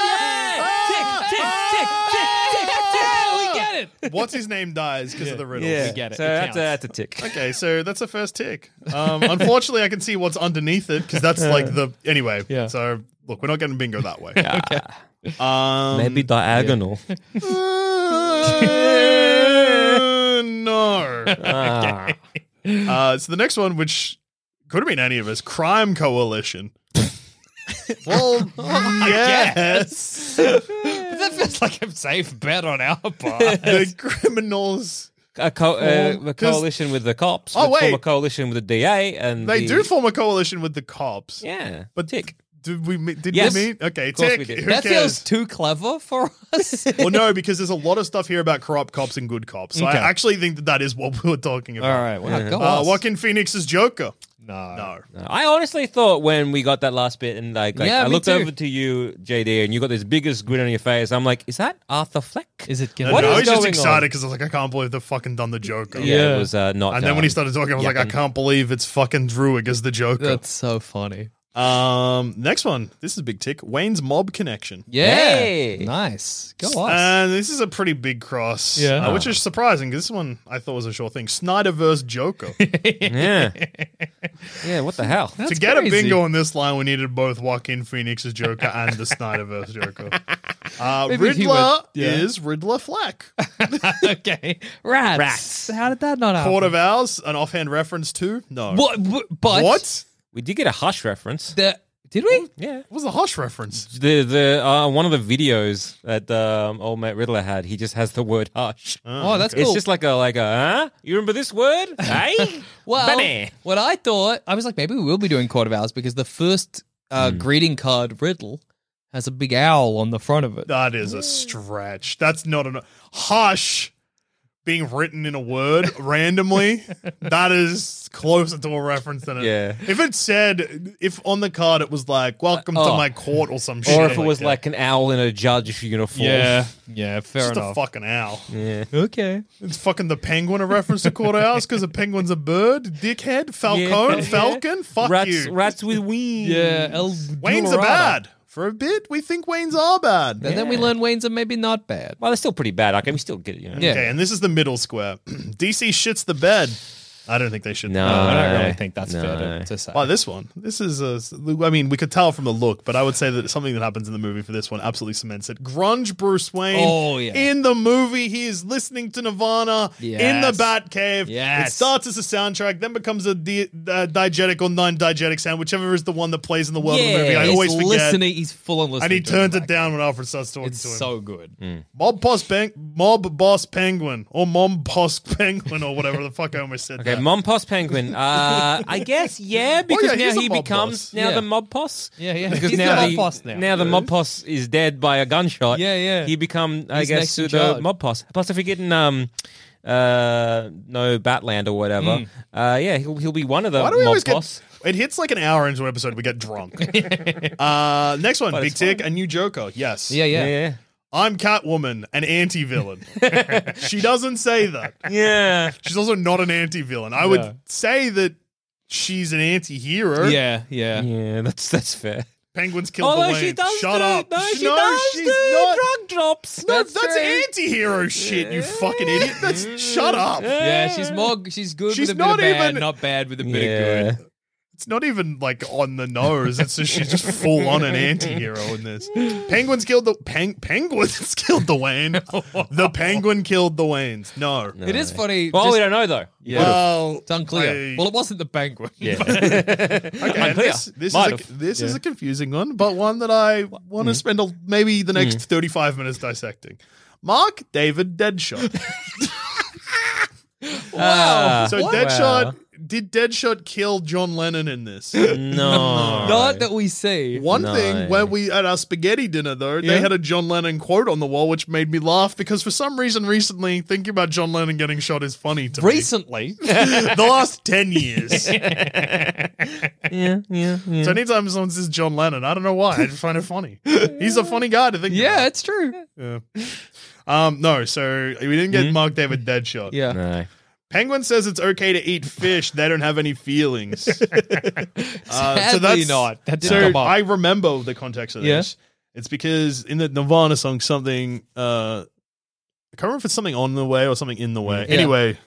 Yeah! Tick, tick, tick, tick, tick,
Yeah,
tick.
we get it.
What's his name dies because of the riddles.
Yeah.
get it.
So
It
that's a,
counts.
that's a tick.
Okay, so that's the first tick. Um, unfortunately, I can see what's underneath it because that's like the anyway.
Yeah.
So look, we're not getting bingo that way. Um,
Maybe diagonal.
uh, no.
Ah.
Uh, so the next one, which could have been any of us, crime coalition. well, yes.
That feels like a safe bet on our part.
the criminals.
a, co- uh, a
'cause-
coalition with the cops.
Oh,
would form
wait.
a coalition with the DA, and
They
the-
do form a coalition with the cops.
Yeah,
But
tick.
Did we? meet- Did
Yes.
we meet? Okay,
course
tick.
we did.
Who
that feels
cares?
too clever for us.
well, no, because there's a lot of stuff here about corrupt cops and good cops. So
Okay.
I actually think that that is what we were talking
All
about.
right, well, go
Uh,
us.
Joaquin Phoenix's Joker.
No.
No.
I honestly thought when we got that last bit, and like, like,
Yeah,
I
me
looked
too.
over to you, JD, and you got this biggest grin on your face. I'm like, is that Arthur Fleck?
Is it
No,
gonna
What
no,
is
I was just
going
excited
on?
because I was like, I can't believe they've fucking done the Joker.
yeah,
Yeah.
it was uh, not.
And then when he
um,
started talking, I was like, I
Yappin'.
can't believe it's fucking Druig as the Joker.
That's so funny.
Um, next one. This is a big tick. Wayne's mob connection.
Yeah.
Hey.
Nice. Go us.
And this is a pretty big cross,
Yeah.
uh,
Uh-huh.
which is surprising because this one I thought was a sure thing. Snyder versus Joker.
yeah, yeah, what the hell?
to
That's
get a
crazy.
bingo on this line, we needed both Joaquin Phoenix's Joker and the Snyderverse Joker. Uh,
Maybe if he
Riddler
went- yeah.
is Riddler Flack.
okay. Rats.
Rats.
How did that not happen?
Court of Owls, an offhand reference to? No.
What? w- But
What?
We did get a hush reference.
The, did we?
Yeah.
What was the Hush reference?
The the uh, one of the videos that um, old mate Riddler had, he just has the word hush.
Oh, that's
It's
cool.
just like a like a huh? You remember this word? hey,
well,
Bunny.
what I thought, I was like, maybe we will be doing Court of Owls because the first uh, greeting card riddle has a big owl on the front of it.
That is a stretch. That's not an. Hush being written in a word randomly, that is closer to a reference than it.
Yeah.
If it said, if on the card it was like, welcome to
oh.
my court or some shit.
Or if it was
that.
like an owl in a judge uniform.
Yeah, fair
Just a fucking owl.
Yeah.
okay.
It's fucking the penguin a reference to courthouse because a penguin's a bird, dickhead, falcon,
Yeah.
falcon. Fuck
rats,
you.
Rats with wings.
Yeah. El
Wayne's are
Dorado.
bad. For a bit, we think Wayne's are bad.
And then we learn Wayne's are maybe not bad.
Well, they're still pretty bad. I can we still get it, you know.
Yeah.
Okay, and this is the middle square. DC shits the bed. I don't think they should.
No,
I don't really think that's
no.
fair to, to say.
Wow, this one. This is a. I mean, we could tell from the look, but I would say that something that happens in the movie for this one absolutely cements it. Grunge Bruce Wayne.
Oh, yeah.
In the movie, he is listening to Nirvana in the
Yes.
Batcave.
Yes.
It starts as a soundtrack, then becomes a di- uh, diegetic or non-diegetic sound, whichever is the one that plays in the world of the movie. I
he's
always forget.
listening. He's full on listening.
And he
to
turns
him
it
back.
down when Alfred starts talking
It's
to him.
so good.
Mm.
Mob Boss Peng- Mob Boss Penguin or Mom Boss Penguin or whatever the fuck I almost said.
Okay,
that.
Mom Pos Penguin. Uh, I guess yeah, because
yeah, he's
now
a
he
mob
becomes
boss.
now
Yeah.
the mob boss.
Yeah, yeah.
Because
He's
now
the mob
the
boss now.
the mob boss is dead by a gunshot.
Yeah, yeah.
He become I
He's
guess
next in
pseudo
charge.
mob boss. Plus, if we get in um, uh, no Batland or whatever, uh, yeah, he'll he'll be one of the
Why do we
mob
always
boss.
get? It hits like an hour into an episode. We get drunk. uh, next one, Big
it's
Tick, a new Joker. Yes.
Yeah, yeah.
yeah,
I'm Catwoman, an anti-villain. she doesn't say that.
yeah.
She's also not an anti-villain. I would say that she's an anti-hero.
Yeah, yeah.
Yeah, that's that's fair.
Penguins killed
Although
the
she
Wayne.
does
Shut
do,
up.
No, she
no,
does
she's
do
not.
drug drops.
No,
That's,
that's
true.
anti-hero shit, you fucking idiot. That's shut up.
Yeah, she's more. She's good
She's
with a
not
bit of bad,
even-
not bad with a bit
Yeah.
of good.
It's not even like on the nose. It's just she's just full on an anti-hero in this. Penguins killed the peng, penguins killed the Wayne. The penguin killed the Waynes. No.
It is funny.
Well, we
just-
don't know though.
Well,
it's unclear.
I-
well, it wasn't the penguin.
Yeah.
okay,
I'm clear.
and this, this
Might
is a,
have. Mm.
this is a confusing one, but one that I want to spend a, maybe the next 35 minutes dissecting. Mark David Deadshot.
Ah. Wow.
so Deadshot did Deadshot kill John Lennon in this?
Mm. No.
Not that we see.
One
No.
thing when we at our spaghetti dinner though, they
Yeah.
had a John Lennon quote on the wall, which made me laugh because for some reason recently thinking about John Lennon getting shot is funny to
Recently,
me. the last ten years.
Yeah, yeah, yeah.
so anytime someone says John Lennon, I don't know why, I just find it funny. He's a funny guy to think.
yeah,
about.
it's true.
Um. No. So we didn't
Mm-hmm.
get Mark David Deadshot.
Yeah,
No.
Penguin says it's okay to eat fish. They don't have any feelings. Uh,
Sadly not. That didn't
so
come up.
I remember the context of
Yeah.
this. It's because in the Nirvana song, something uh, I can't remember if it's something on the way or something in the way.
Mm-hmm. Yeah.
Anyway,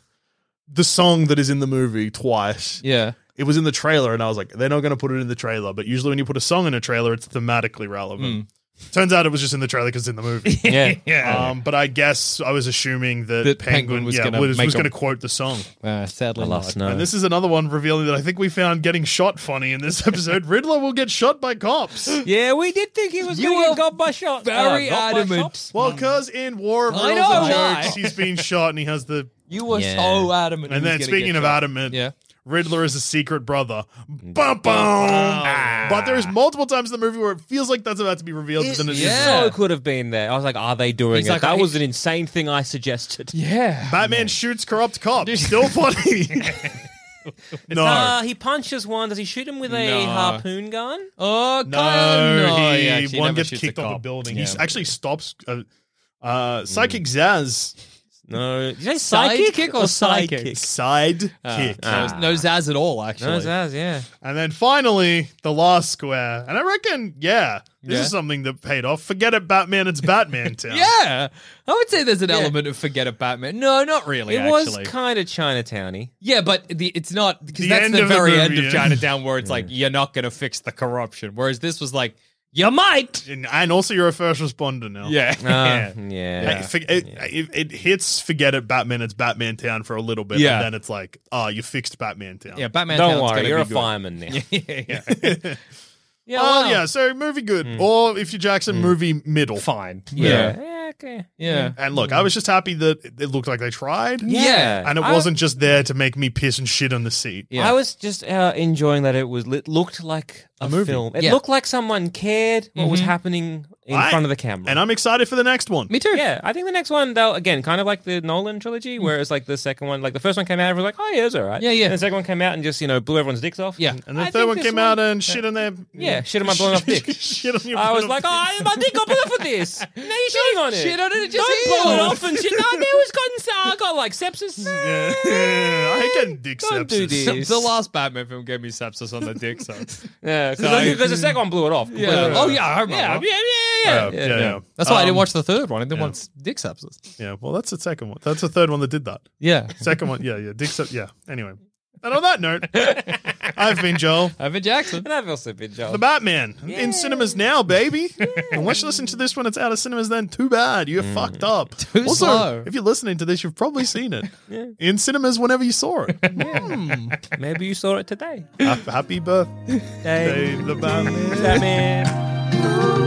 the song that is in the movie twice.
yeah.
It was in the trailer, and I was like, they're not going to put it in the trailer. But usually, when you put a song in a trailer, it's thematically relevant.
Mm.
Turns out it was just in the trailer because it's in the movie.
Yeah.
Um, but I guess I was assuming that,
That
Penguin,
Penguin was
yeah,
gonna
was,
make
was
a-
going to quote the song.
Uh, sadly, not.
no.
And this is another one revealing that I think we found getting shot funny in this episode. Riddler will get shot by cops.
yeah, we did think he was
You
going to
were
get got by shot.
very
uh, got by
adamant.
cops?
Well, because in War of
Um, I
Riddles
know
and
why.
Jokes, he's being shot and he has the.
You were
Yeah.
so adamant.
And
he was
then
gonna
speaking
get
of
shot.
adamant,
Yeah. Mm.
Riddler is a secret brother. Bum, bum.
Ah.
But there's multiple times in the movie where it feels like that's about to be revealed. but then it's just-
Yeah.
So could have been there. I was like, are they doing
He's
it?
like,
that
I-
was an insane thing I suggested.
Yeah.
Batman shoots corrupt cop. Still funny. no.
Uh, he punches one. Does he shoot him with a
No.
harpoon gun?
Oh,
No,
God. no
he,
he actually
one
never
gets
shoots a
kicked off a
cop.
building.
Yeah. Mm.
He s- actually stops. Uh, uh, Psychic Zaz
No. Did you say
Side
psychic
kick or sidekick?
sidekick?
side
Ah,
kick.
No, no Zaz at all, actually.
No, it does, yeah.
And then finally, the last square. And I reckon, yeah, this
Yeah.
is something that paid off. Forget it, Batman. It's Batman Town.
Yeah, I would say there's an element of forget it, Batman. No, not really.
It was
actually.
kind of Chinatowny.
yeah, but the, it's not because
The
that's
end
the
of the
very
movie,
end of
yeah.
Chinatown where it's like you're not going to fix the corruption, whereas this was like you might.
And, and also, you're a first responder now.
Yeah,
Uh, yeah.
Like, for- It, it, it hits forget it, Batman. It's Batman Town for a little bit.
Yeah.
And then it's like, oh, you fixed Batman Town.
yeah. Batman.
Don't
Town's
worry,
gonna
you're a
be good.
fireman now.
yeah, yeah.
Yeah,
Oh,
wow.
yeah. So, movie good. Or if you're Jackson, movie middle.
Hmm. Fine.
Yeah. Yeah, okay.
yeah,
And look, I was just happy that it it looked like they tried.
Yeah.
And it
I-
wasn't just there to make me piss and shit on the seat.
Yeah.
I was just uh, enjoying that it was it looked like a, Mm-hmm. film. It
Yeah.
looked like someone cared what was happening in
I-
front of the camera.
And I'm excited for the next one.
Me too.
yeah, I think the next one though, again, kind of like the Nolan trilogy, where it's like the second one, like the first one came out, everyone was like, "Oh yeah, it was all right."
Mm. Yeah, yeah.
And the second one came out and just you know blew everyone's dicks off.
Yeah.
And the
I
third
think
one
this
came out and shit on their
Yeah, shit on my blown off dick.
shit on your
I was like,
blown-off dick.
"Oh, my dick got blown off with this." Now you're shitting on it.
shit on it, it just
Don't blow it
healed.
off and shit. No, now it's gotten. so- I got like sepsis.
Yeah. I can dick
"Oh, Don't do
sepsis.
this.
The- The last Batman film gave me sepsis on the dick, so
Yeah,
So-
because the second one blew it off.
yeah.
completely.
Oh yeah, I remember.
Yeah, yeah, yeah, yeah,
Yeah.
Uh, yeah, yeah.
That's why I didn't
Um,
watch the third one. I didn't want dick sepsis.
Yeah, well, that's the second one. That's the third one that did that.
Yeah.
Second one, yeah, yeah. Dick, Sep- yeah. Anyway, and on that note, I've been Joel.
Evan Jackson.
And I've also been Joel.
The Batman in cinemas now, baby. Unless you listen to this when it's out of cinemas, then too bad.
Mm.
You're fucked up.
Too
also,
slow.
if you're listening to this, you've probably seen it in cinemas whenever you saw it. Hmm.
Maybe you saw it today.
Ha- Happy birthday,
Hey,
the Batman.
Batman.